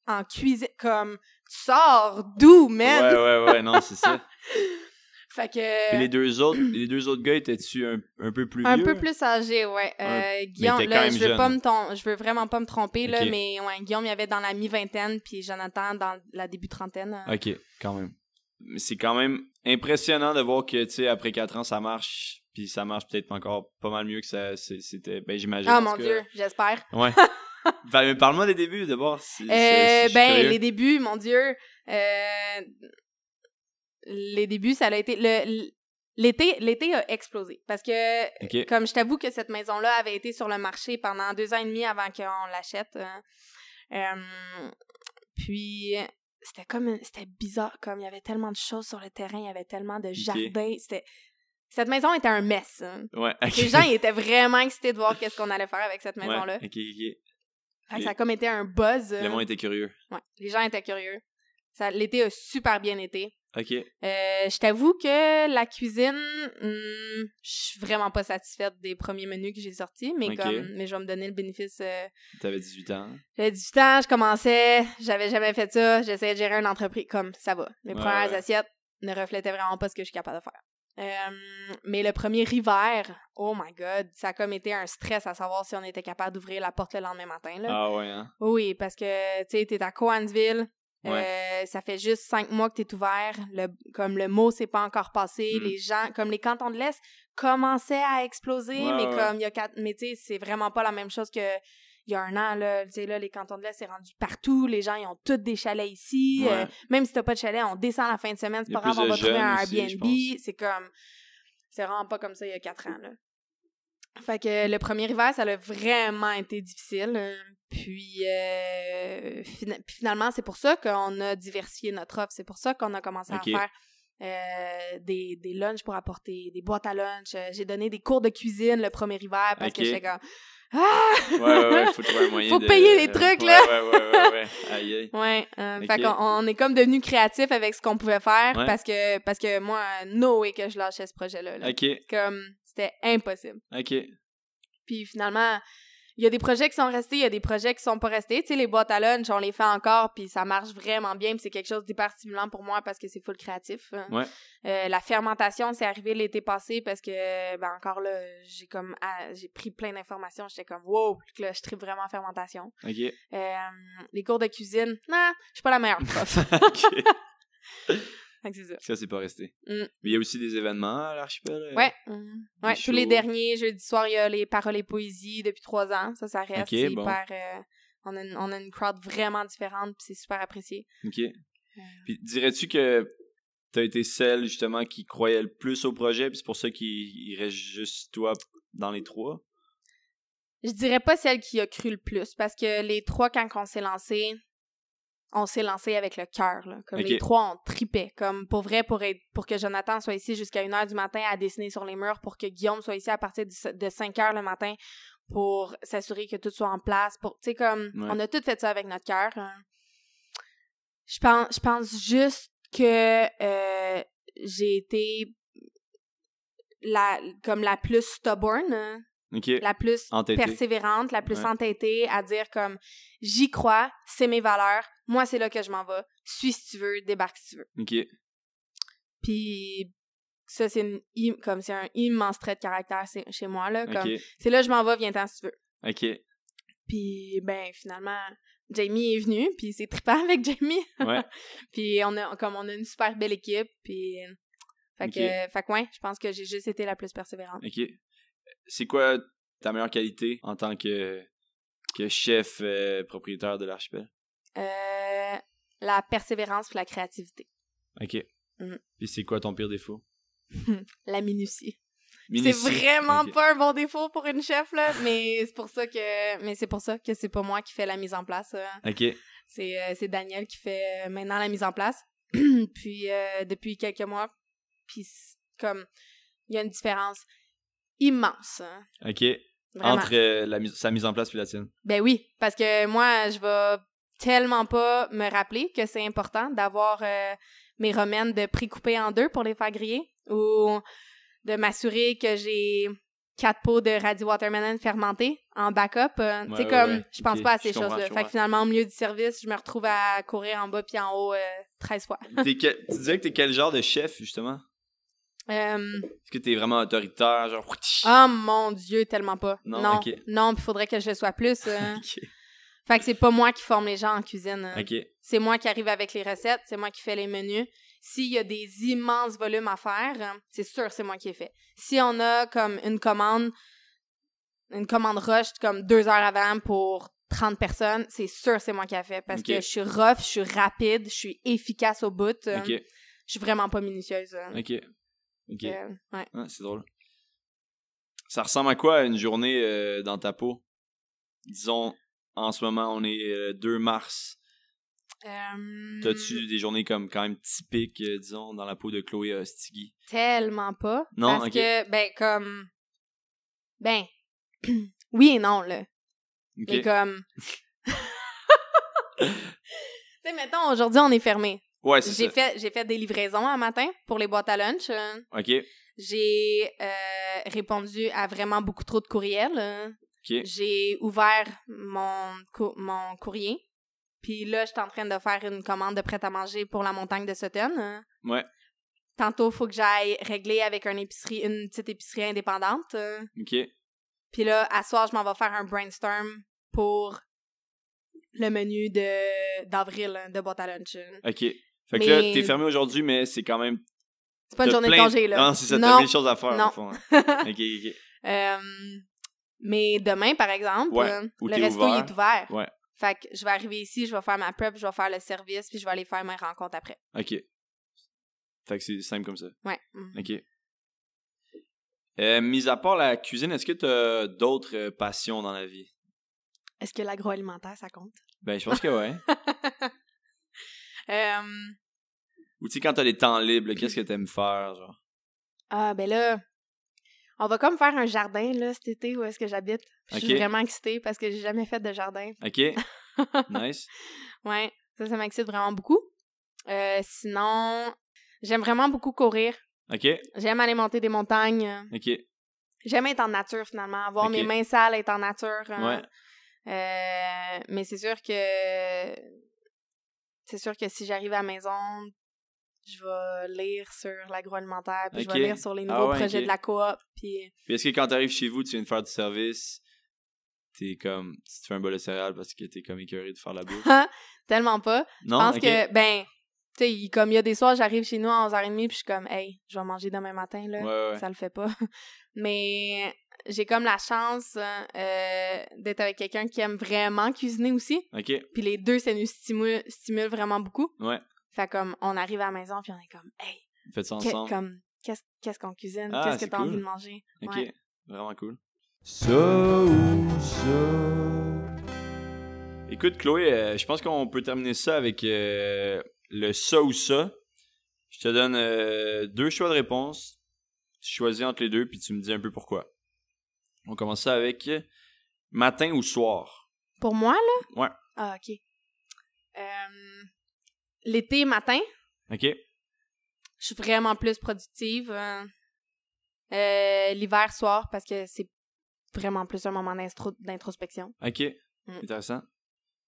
en cuisine. Comme, tu sors d'où, man?
Ouais, ouais, ouais, non, c'est ça.
Fait
Puis les
que...
deux autres, les deux autres gars étaient-tu un, un peu plus
Un
vieux?
peu plus âgé, ouais. Euh, Guillaume,
t'es quand
là,
même
je veux,
jeune.
pas me trom- je veux vraiment pas me tromper, là,
Ok.
mais ouais, Guillaume, il y avait dans la mi-vingtaine, puis Jonathan dans la début-trentaine. hein.
Ok, quand même. Mais c'est quand même impressionnant de voir que, tu sais, après 4 ans, ça marche. Puis ça marche peut-être encore pas mal mieux que ça c'est- c'était. Ben, j'imagine.
Ah,
en
mon
tout cas.
Dieu, j'espère.
Ouais. Ben, mais parle-moi des débuts d'abord. si- si-
Euh,
si je suis
ben,
curieux.
les débuts, mon Dieu. euh, les débuts, ça a été. le- L'été l'été a explosé. Parce que,
Ok.
comme je t'avoue que cette maison-là avait été sur le marché pendant deux ans et demi avant qu'on l'achète. hein. Euh, puis, c'était comme. une- C'était bizarre. Comme il y avait tellement de choses sur le terrain, il y avait tellement de jardins. c'était Cette maison était un mess. hein.
Ouais, ok.
Les gens ils étaient vraiment excités de voir qu'est-ce qu'on allait faire avec cette
Ouais,
maison-là.
ok, ok.
Fait que Ça a comme été un buzz.
Le
hein.
monde était curieux.
Ouais, les gens étaient curieux. Ça, l'été a super bien été.
Ok.
Euh, je t'avoue que la cuisine, hmm, je suis vraiment pas satisfaite des premiers menus que j'ai sortis, mais
Ok.
comme, mais je vais me donner le bénéfice. euh,
T'avais 18 ans.
J'avais 18 ans, je commençais, j'avais jamais fait ça, j'essayais de gérer une entreprise, comme ça va. Mes
Ouais,
premières
ouais.
assiettes ne reflétaient vraiment pas ce que je suis capable de faire. Euh, mais le premier hiver, oh my god, ça a comme été un stress à savoir si on était capable d'ouvrir la porte le lendemain matin. Là.
Ah ouais, hein.
Oui, parce que, tu sais, t'es à Coansville.
Ouais.
euh, ça fait juste cinq mois que t'es ouvert. Le, comme le mot s'est pas encore passé,
Mm.
les gens, comme les cantons de l'Est, commençaient à exploser,
Ouais,
mais
ouais.
comme il y a quatre. Mais tu sais, c'est vraiment pas la même chose que. Il y a un an, là, tu sais, là, les cantons de l'Est, c'est rendu partout. Les gens, ils ont tous des chalets ici.
Ouais.
Euh, même si t'as pas de chalet, on descend la fin de semaine.
Il
C'est
y a
pas grave,
plus
on
de
va trouver un
jeunes aussi, je
Airbnb. C'est comme. C'est vraiment pas comme ça il y a quatre ans, là. Fait que le premier hiver, ça a vraiment été difficile. Euh, Puis, euh, fina- puis finalement, c'est pour ça qu'on a diversifié notre offre. C'est pour ça qu'on a commencé
Ok.
à faire euh, des, des lunchs pour apporter, des boîtes à lunch. Euh, J'ai donné des cours de cuisine le premier hiver parce
Ok.
que j'étais comme « Ah!
Ouais, ouais, ouais, faut trouver un moyen
Faut
de-
payer les trucs,
Ouais,
là.
Ouais, ouais, ouais, ouais. Aïe, aïe. »
Ouais, euh,
Ok.
fait qu'on on est comme devenus créatifs avec ce qu'on pouvait faire
Ouais.
parce que parce que moi, euh, no way que je lâchais ce projet-là. là.
Ok,
Comme, c'était impossible.
ok.
Puis finalement, il y a des projets qui sont restés, il y a des projets qui sont pas restés. Tu sais, les boîtes à lunch, on les fait encore, puis ça marche vraiment bien, puis c'est quelque chose d'hyper stimulant pour moi parce que c'est full créatif. hein.
Ouais.
Euh, la fermentation, c'est arrivé l'été passé parce que, ben encore là, j'ai comme, ah, j'ai pris plein d'informations, j'étais comme, wow, là, je tripe vraiment en fermentation.
Ok.
Euh, les cours de cuisine, non, je suis pas la meilleure prof.
Ok.
Fait que c'est ça.
Ça, c'est pas resté.
Mm.
Mais il y a aussi des événements à l'archipel. euh,
Ouais. mhm. Ouais,
des
tous les
shows.
derniers jeudi soir, il y a les paroles et poésie depuis trois ans. Ça, ça reste
Ok,
c'est
bon.
hyper. euh, on, a une, on a une crowd vraiment différente, puis c'est super apprécié.
Ok.
Euh.
Puis dirais-tu que t'as été celle justement qui croyait le plus au projet, puis c'est pour ça qu'il il reste juste toi dans les trois?
Je dirais pas celle qui a cru le plus, parce que les trois, quand on s'est lancé, on s'est lancé avec le cœur. là. Comme
Ok.
les trois, on tripait. Comme pour vrai, pour, être, pour que Jonathan soit ici jusqu'à 1h du matin à dessiner sur les murs, pour que Guillaume soit ici à partir du- de 5h le matin pour s'assurer que tout soit en place. Pour, tu sais, comme,
Ouais.
on a tout fait ça avec notre cœur. hein. Je pense, je pense juste que euh, j'ai été la, comme la plus stubborn, hein,
Ok.
la plus
Entêtée.
persévérante, la plus
Ouais.
entêtée à dire comme j'y crois, c'est mes valeurs, moi c'est là que je m'en vais, suis si tu veux, débarque si tu veux.
Ok.
Puis ça, c'est une im- comme c'est un immense trait de caractère c'est- chez moi. là. Comme,
Ok.
C'est là, je m'en vais, viens-t'en si tu veux.
Ok. Ouais.
Puis ben finalement, Jamie est venu, puis c'est trippant avec Jamie. puis on a comme on a une super belle équipe, puis fait
Ok.
que fait que ouais, je pense que j'ai juste été la plus persévérante.
Ok. C'est quoi ta meilleure qualité en tant que, que chef euh, propriétaire de l'archipel?
Euh, la persévérance puis la créativité,
Ok.
Mhm.
Puis c'est quoi ton pire défaut?
la minutie. C'est
Minutie.
vraiment
Ok.
pas un bon défaut pour une chef là, mais c'est pour ça que mais c'est pour ça que c'est pas moi qui fais la mise en place. euh.
Ok.
C'est euh, c'est Daniel qui fait euh, maintenant la mise en place. puis euh, depuis quelques mois, puis c- comme il y a une différence immense. hein,
Ok.
vraiment.
Entre euh, la mise- sa mise en place puis la tienne.
Ben oui, parce que moi je vais tellement pas me rappeler que c'est important d'avoir euh, mes romaines de pré-couper en deux pour les faire griller ou de m'assurer que j'ai quatre pots de radis watermelon fermentés en backup. euh, tu
Ouais,
sais
ouais,
comme
ouais.
je pense
Ok,
pas à
je
ces
comprends,
choses-là.
je
Fait
comprends.
que finalement au milieu du service, je me retrouve à courir en bas puis en haut euh, 13 fois.
T'es quel- Tu disais que t'es quel genre de chef, justement?
Euh,
Est-ce que t'es vraiment autoritaire, genre...
oh mon dieu, tellement pas.
Non,
Non,
ok.
non, il faudrait que je le sois plus. euh.
Ok.
fait que c'est pas moi qui forme les gens en cuisine. euh.
Ok.
C'est moi qui arrive avec les recettes, c'est moi qui fais les menus. S'il y a des immenses volumes à faire, euh, c'est sûr c'est moi qui ai fait. Si on a comme une commande, une commande rush comme deux heures avant pour 30 personnes, c'est sûr c'est moi qui ai fait parce
Ok.
que je suis rough, je suis rapide, je suis efficace au bout. euh,
Ok.
Je suis vraiment pas minutieuse. euh.
Ok. Ok.
Euh, ouais.
Ah, c'est drôle. Ça ressemble à quoi une journée euh, dans ta peau? Disons, en ce moment, on est euh, 2 mars.
Euh,
T'as-tu des journées comme quand même typiques, euh, disons, dans la peau de Chloé euh, Ostigui?
Tellement pas.
Non,
parce
ok.
que, ben, comme. Ben. oui et non, là.
Ok.
Mais comme. tu sais, mettons, aujourd'hui, on est fermé.
Ouais, c'est
J'ai
ça.
fait, j'ai fait des livraisons un matin pour les boîtes à lunch. hein.
Ok.
J'ai euh, répondu à vraiment beaucoup trop de courriels. hein.
Ok.
J'ai ouvert mon, cou- mon courrier. Puis là, je suis en train de faire une commande de prêt-à-manger pour la montagne de Sutton. hein.
Ouais.
Tantôt, faut que j'aille régler avec une épicerie, une petite épicerie indépendante. hein.
Ok.
Puis là, à soir, je m'en vais faire un brainstorm pour le menu de d'avril hein, de boîte à lunch. hein.
Ok. Fait que là,
Mais-
t'es fermé aujourd'hui, mais c'est quand même.
C'est pas une
t'as
journée
plein
de congé, là.
Non, c'est ça, t'as
Non.
mille choses à faire,
Non.
au fond. hein. Ok, ok.
Euh, mais demain, par exemple,
Ouais,
euh,
où
le
t'es
resto il
ouvert.
est ouvert.
Ouais.
Fait que je vais arriver ici, je vais faire ma prep, je vais faire le service, puis je vais aller faire mes rencontres après.
Ok. Fait que c'est simple comme ça.
Ouais. Mm.
OK. Euh, mis à part la cuisine, est-ce que tu as d'autres euh, passions dans la vie?
Est-ce que l'agroalimentaire, ça compte?
Ben, je pense que ouais.
Euh,
Ou tu sais, quand t'as des temps libres, là, qu'est-ce que t'aimes faire, genre?
ah, ben là, on va comme faire un jardin, là, cet été, où est-ce que j'habite. Je suis
Ok.
vraiment excitée parce que j'ai jamais fait de jardin.
OK? nice.
Ouais, ça, ça m'excite vraiment beaucoup. Euh, sinon, j'aime vraiment beaucoup courir.
OK?
J'aime aller monter des montagnes.
OK.
J'aime être en nature, finalement. Avoir
Ok.
mes mains sales, être en nature. hein.
Ouais.
Euh, mais c'est sûr que... C'est sûr que si j'arrive à la maison, je vais lire sur l'agroalimentaire, puis
Ok.
je vais lire sur les
Ah
nouveaux
ouais,
projets
ok.
de la coop, puis...
Puis est-ce que quand t'arrives chez vous, tu viens de faire du service, t'es comme... Tu te fais un bol de céréales parce que t'es comme écœuré de faire la bouffe?
Tellement pas.
Non?
je pense
OK.
que, ben... Tu sais, il- comme il y a des soirs, j'arrive chez nous à 11h30, puis je suis comme « Hey, je vais manger demain matin, là.
Ouais, ouais.
ça le fait pas. Mais j'ai comme la chance hein, euh, d'être avec quelqu'un qui aime vraiment cuisiner aussi.
OK.
Puis les deux, ça nous stimule, stimule vraiment beaucoup.
Ouais.
Fait comme, on arrive à la maison, puis on est comme, hey,
Faites ça
que-
ensemble.
comme, qu'est-ce qu'est-ce qu'on cuisine?
Ah,
qu'est-ce
c'est
que t'as envie
cool.
de manger?
OK.
Ouais.
Vraiment cool.
Ça ou ça.
Écoute, Chloé, euh, je pense qu'on peut terminer ça avec euh, le ça ou ça. Je te donne euh, deux choix de réponse. Tu choisis entre les deux, puis tu me dis un peu pourquoi. On commence ça avec euh, matin ou soir.
Pour moi, là?
Ouais.
Ah, OK. Euh, L'été matin,
OK?
je suis vraiment plus productive. hein. Euh, L'hiver soir, parce que c'est vraiment plus un moment d'intro- d'introspection.
OK.
Mm.
Intéressant.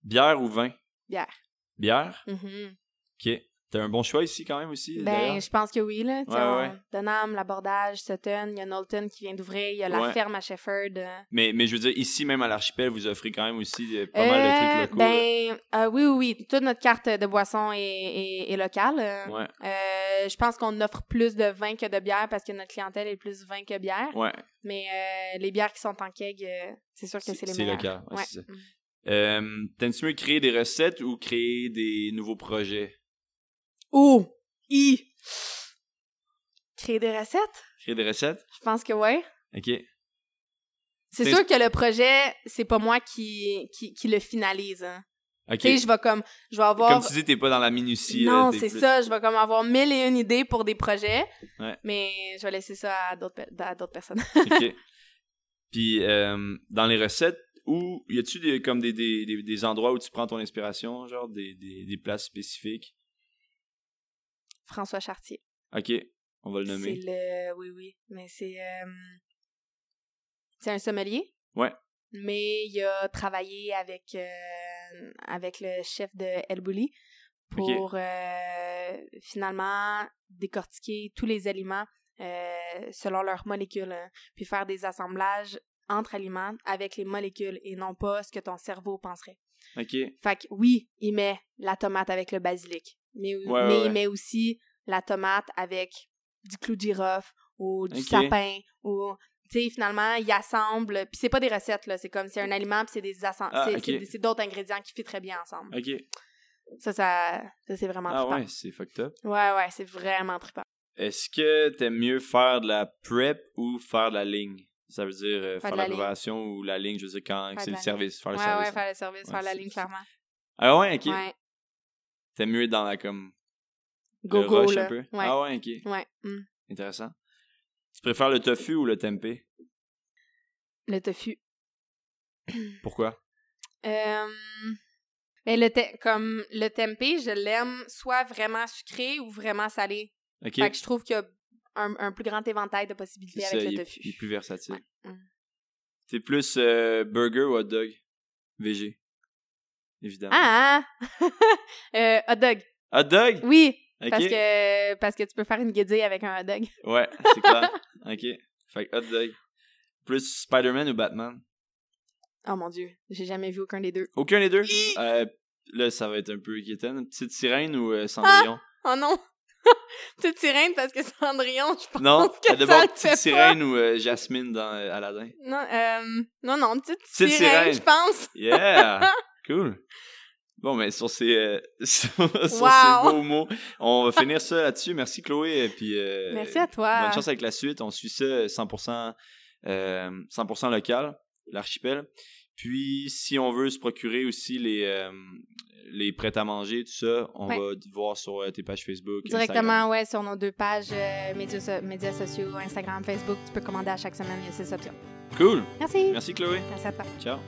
Bière ou vin?
Bière.
Bière?
Mhm.
OK. T'as un bon choix ici quand même aussi. euh,
Ben,
d'ailleurs.
je pense que oui, là. Tu sais,
Ouais,
on-
ouais.
Denham, l'abordage, Sutton, il y a Knowlton qui vient d'ouvrir, il y a la
Ouais.
ferme à Shefford. euh.
Mais, mais je veux dire, ici, même à l'archipel, vous offrez quand même aussi euh, pas
Euh,
mal de trucs locaux. là.
Ben, euh, oui, oui, oui. Toute notre carte de boisson est, est- est locale. euh.
Ouais,
Euh, je pense qu'on offre plus de vin que de bière parce que notre clientèle est plus vin que bière.
ouais,
Mais euh, les bières qui sont en keg, euh, c'est sûr que c'est les
c'est
meilleures.
local. ouais,
Ouais. Mm.
c'est ça. Euh, T'aimes-tu mieux créer des recettes ou créer des nouveaux projets?
Oh! I! Créer des recettes?
Créer des recettes?
Je pense que ouais.
OK.
C'est
C'est-
sûr que le projet, c'est pas moi qui, qui, qui le finalise. hein.
OK.
Tu sais, je vais comme, je vais avoir...
Comme tu dis, t'es pas dans la minutie. là,
non,
t'es
c'est
plus-
ça, je vais comme avoir mille et une idées pour des projets,
Ouais.
mais je vais laisser ça à d'autres pe- à d'autres personnes.
OK. Puis, euh, dans les recettes, où y a-tu des, comme des, des, des, des endroits où tu prends ton inspiration, genre des, des, des places spécifiques?
François Chartier.
OK, on va le nommer.
C'est le. Oui, oui. Mais c'est. euh, C'est un sommelier.
Ouais.
Mais il a travaillé avec, euh, avec le chef de El Bulli pour euh, finalement décortiquer tous les aliments euh, selon leurs molécules, hein, puis faire des assemblages entre aliments avec les molécules et non pas ce que ton cerveau penserait.
OK,
Fait que oui, il met la tomate avec le basilic, mais, mais
ouais, ouais.
il met aussi la tomate avec du clou de girofle ou du
Ok.
sapin ou tu sais finalement il assemble puis c'est pas des recettes là c'est comme c'est un aliment puis c'est des assem-
Ah,
c'est
ok.
c'est- c'est d'autres ingrédients qui fit très bien ensemble
OK.
ça ça, ça, c'est vraiment
Ah
trippant.
ouais, c'est fucked up.
ouais ouais c'est vraiment trippant
Est-ce que t'aimes mieux faire de la prep ou faire de la ligne? Ça veut dire euh, faire,
de
la,
la ligne.
préparation ou la ligne, je veux dire, quand
Faire
c'est
de
le
la
service, faire
ouais
le service. hein.
ouais faire le service
Ouais,
faire la
c'est-
ligne
c'est-
clairement
Ah ouais, OK.
ouais
T'aimes mieux être dans la, comme,
go
le
go
rush
là
un peu?
ouais
Ah ouais, OK.
ouais mm.
Intéressant. Tu préfères le tofu ou le tempeh?
le tofu
Pourquoi?
Euh, ben, le te- comme le tempeh, je l'aime soit vraiment sucré ou vraiment salé.
OK.
Fait que je trouve qu'il y a un, un plus grand éventail de possibilités
C'est
avec
ça,
le
il est-
tofu.
Il est plus versatile.
Ouais. Mm.
T'es plus euh, burger ou hot dog? VG. Évidemment.
Ah! ah! Euh, hot dog.
Hot dog?
Oui,
Ok.
parce que parce que tu peux faire une guédille avec un hot dog.
Ouais, c'est clair. ok. Fait que hot dog. Plus Spider-Man ou Batman?
Oh mon dieu, j'ai jamais vu aucun des deux.
Aucun des deux? Euh, là, ça va être un peu inquiétant. Petite sirène ou euh, Cendrillon?
Oh non! Petite sirène parce que Cendrillon, je pense
non,
que ça
d'abord
le fait
Petite
pas.
sirène ou euh, Jasmine dans euh, Aladdin?
Non, euh, non, non, petite,
Petite
sirène,
sirène.
je pense.
Yeah! cool! Bon, mais sur ces, euh, sur, sur ces
Wow.
beaux mots, on va finir ça là-dessus. Merci Chloé. Et puis, euh,
Merci à toi.
Bonne chance avec la suite. On suit ça euh, 100%, euh, 100% local, l'archipel. Puis, si on veut se procurer aussi les, euh, les prêts à manger, tout ça, on
Ouais.
va te voir sur euh, tes pages Facebook. Instagram.
Directement, ouais, sur nos deux pages, euh, médias, so- médias sociaux, Instagram, Facebook, tu peux commander à chaque semaine, il y a six options.
Cool.
Merci.
Merci Chloé.
Merci à toi.
Ciao.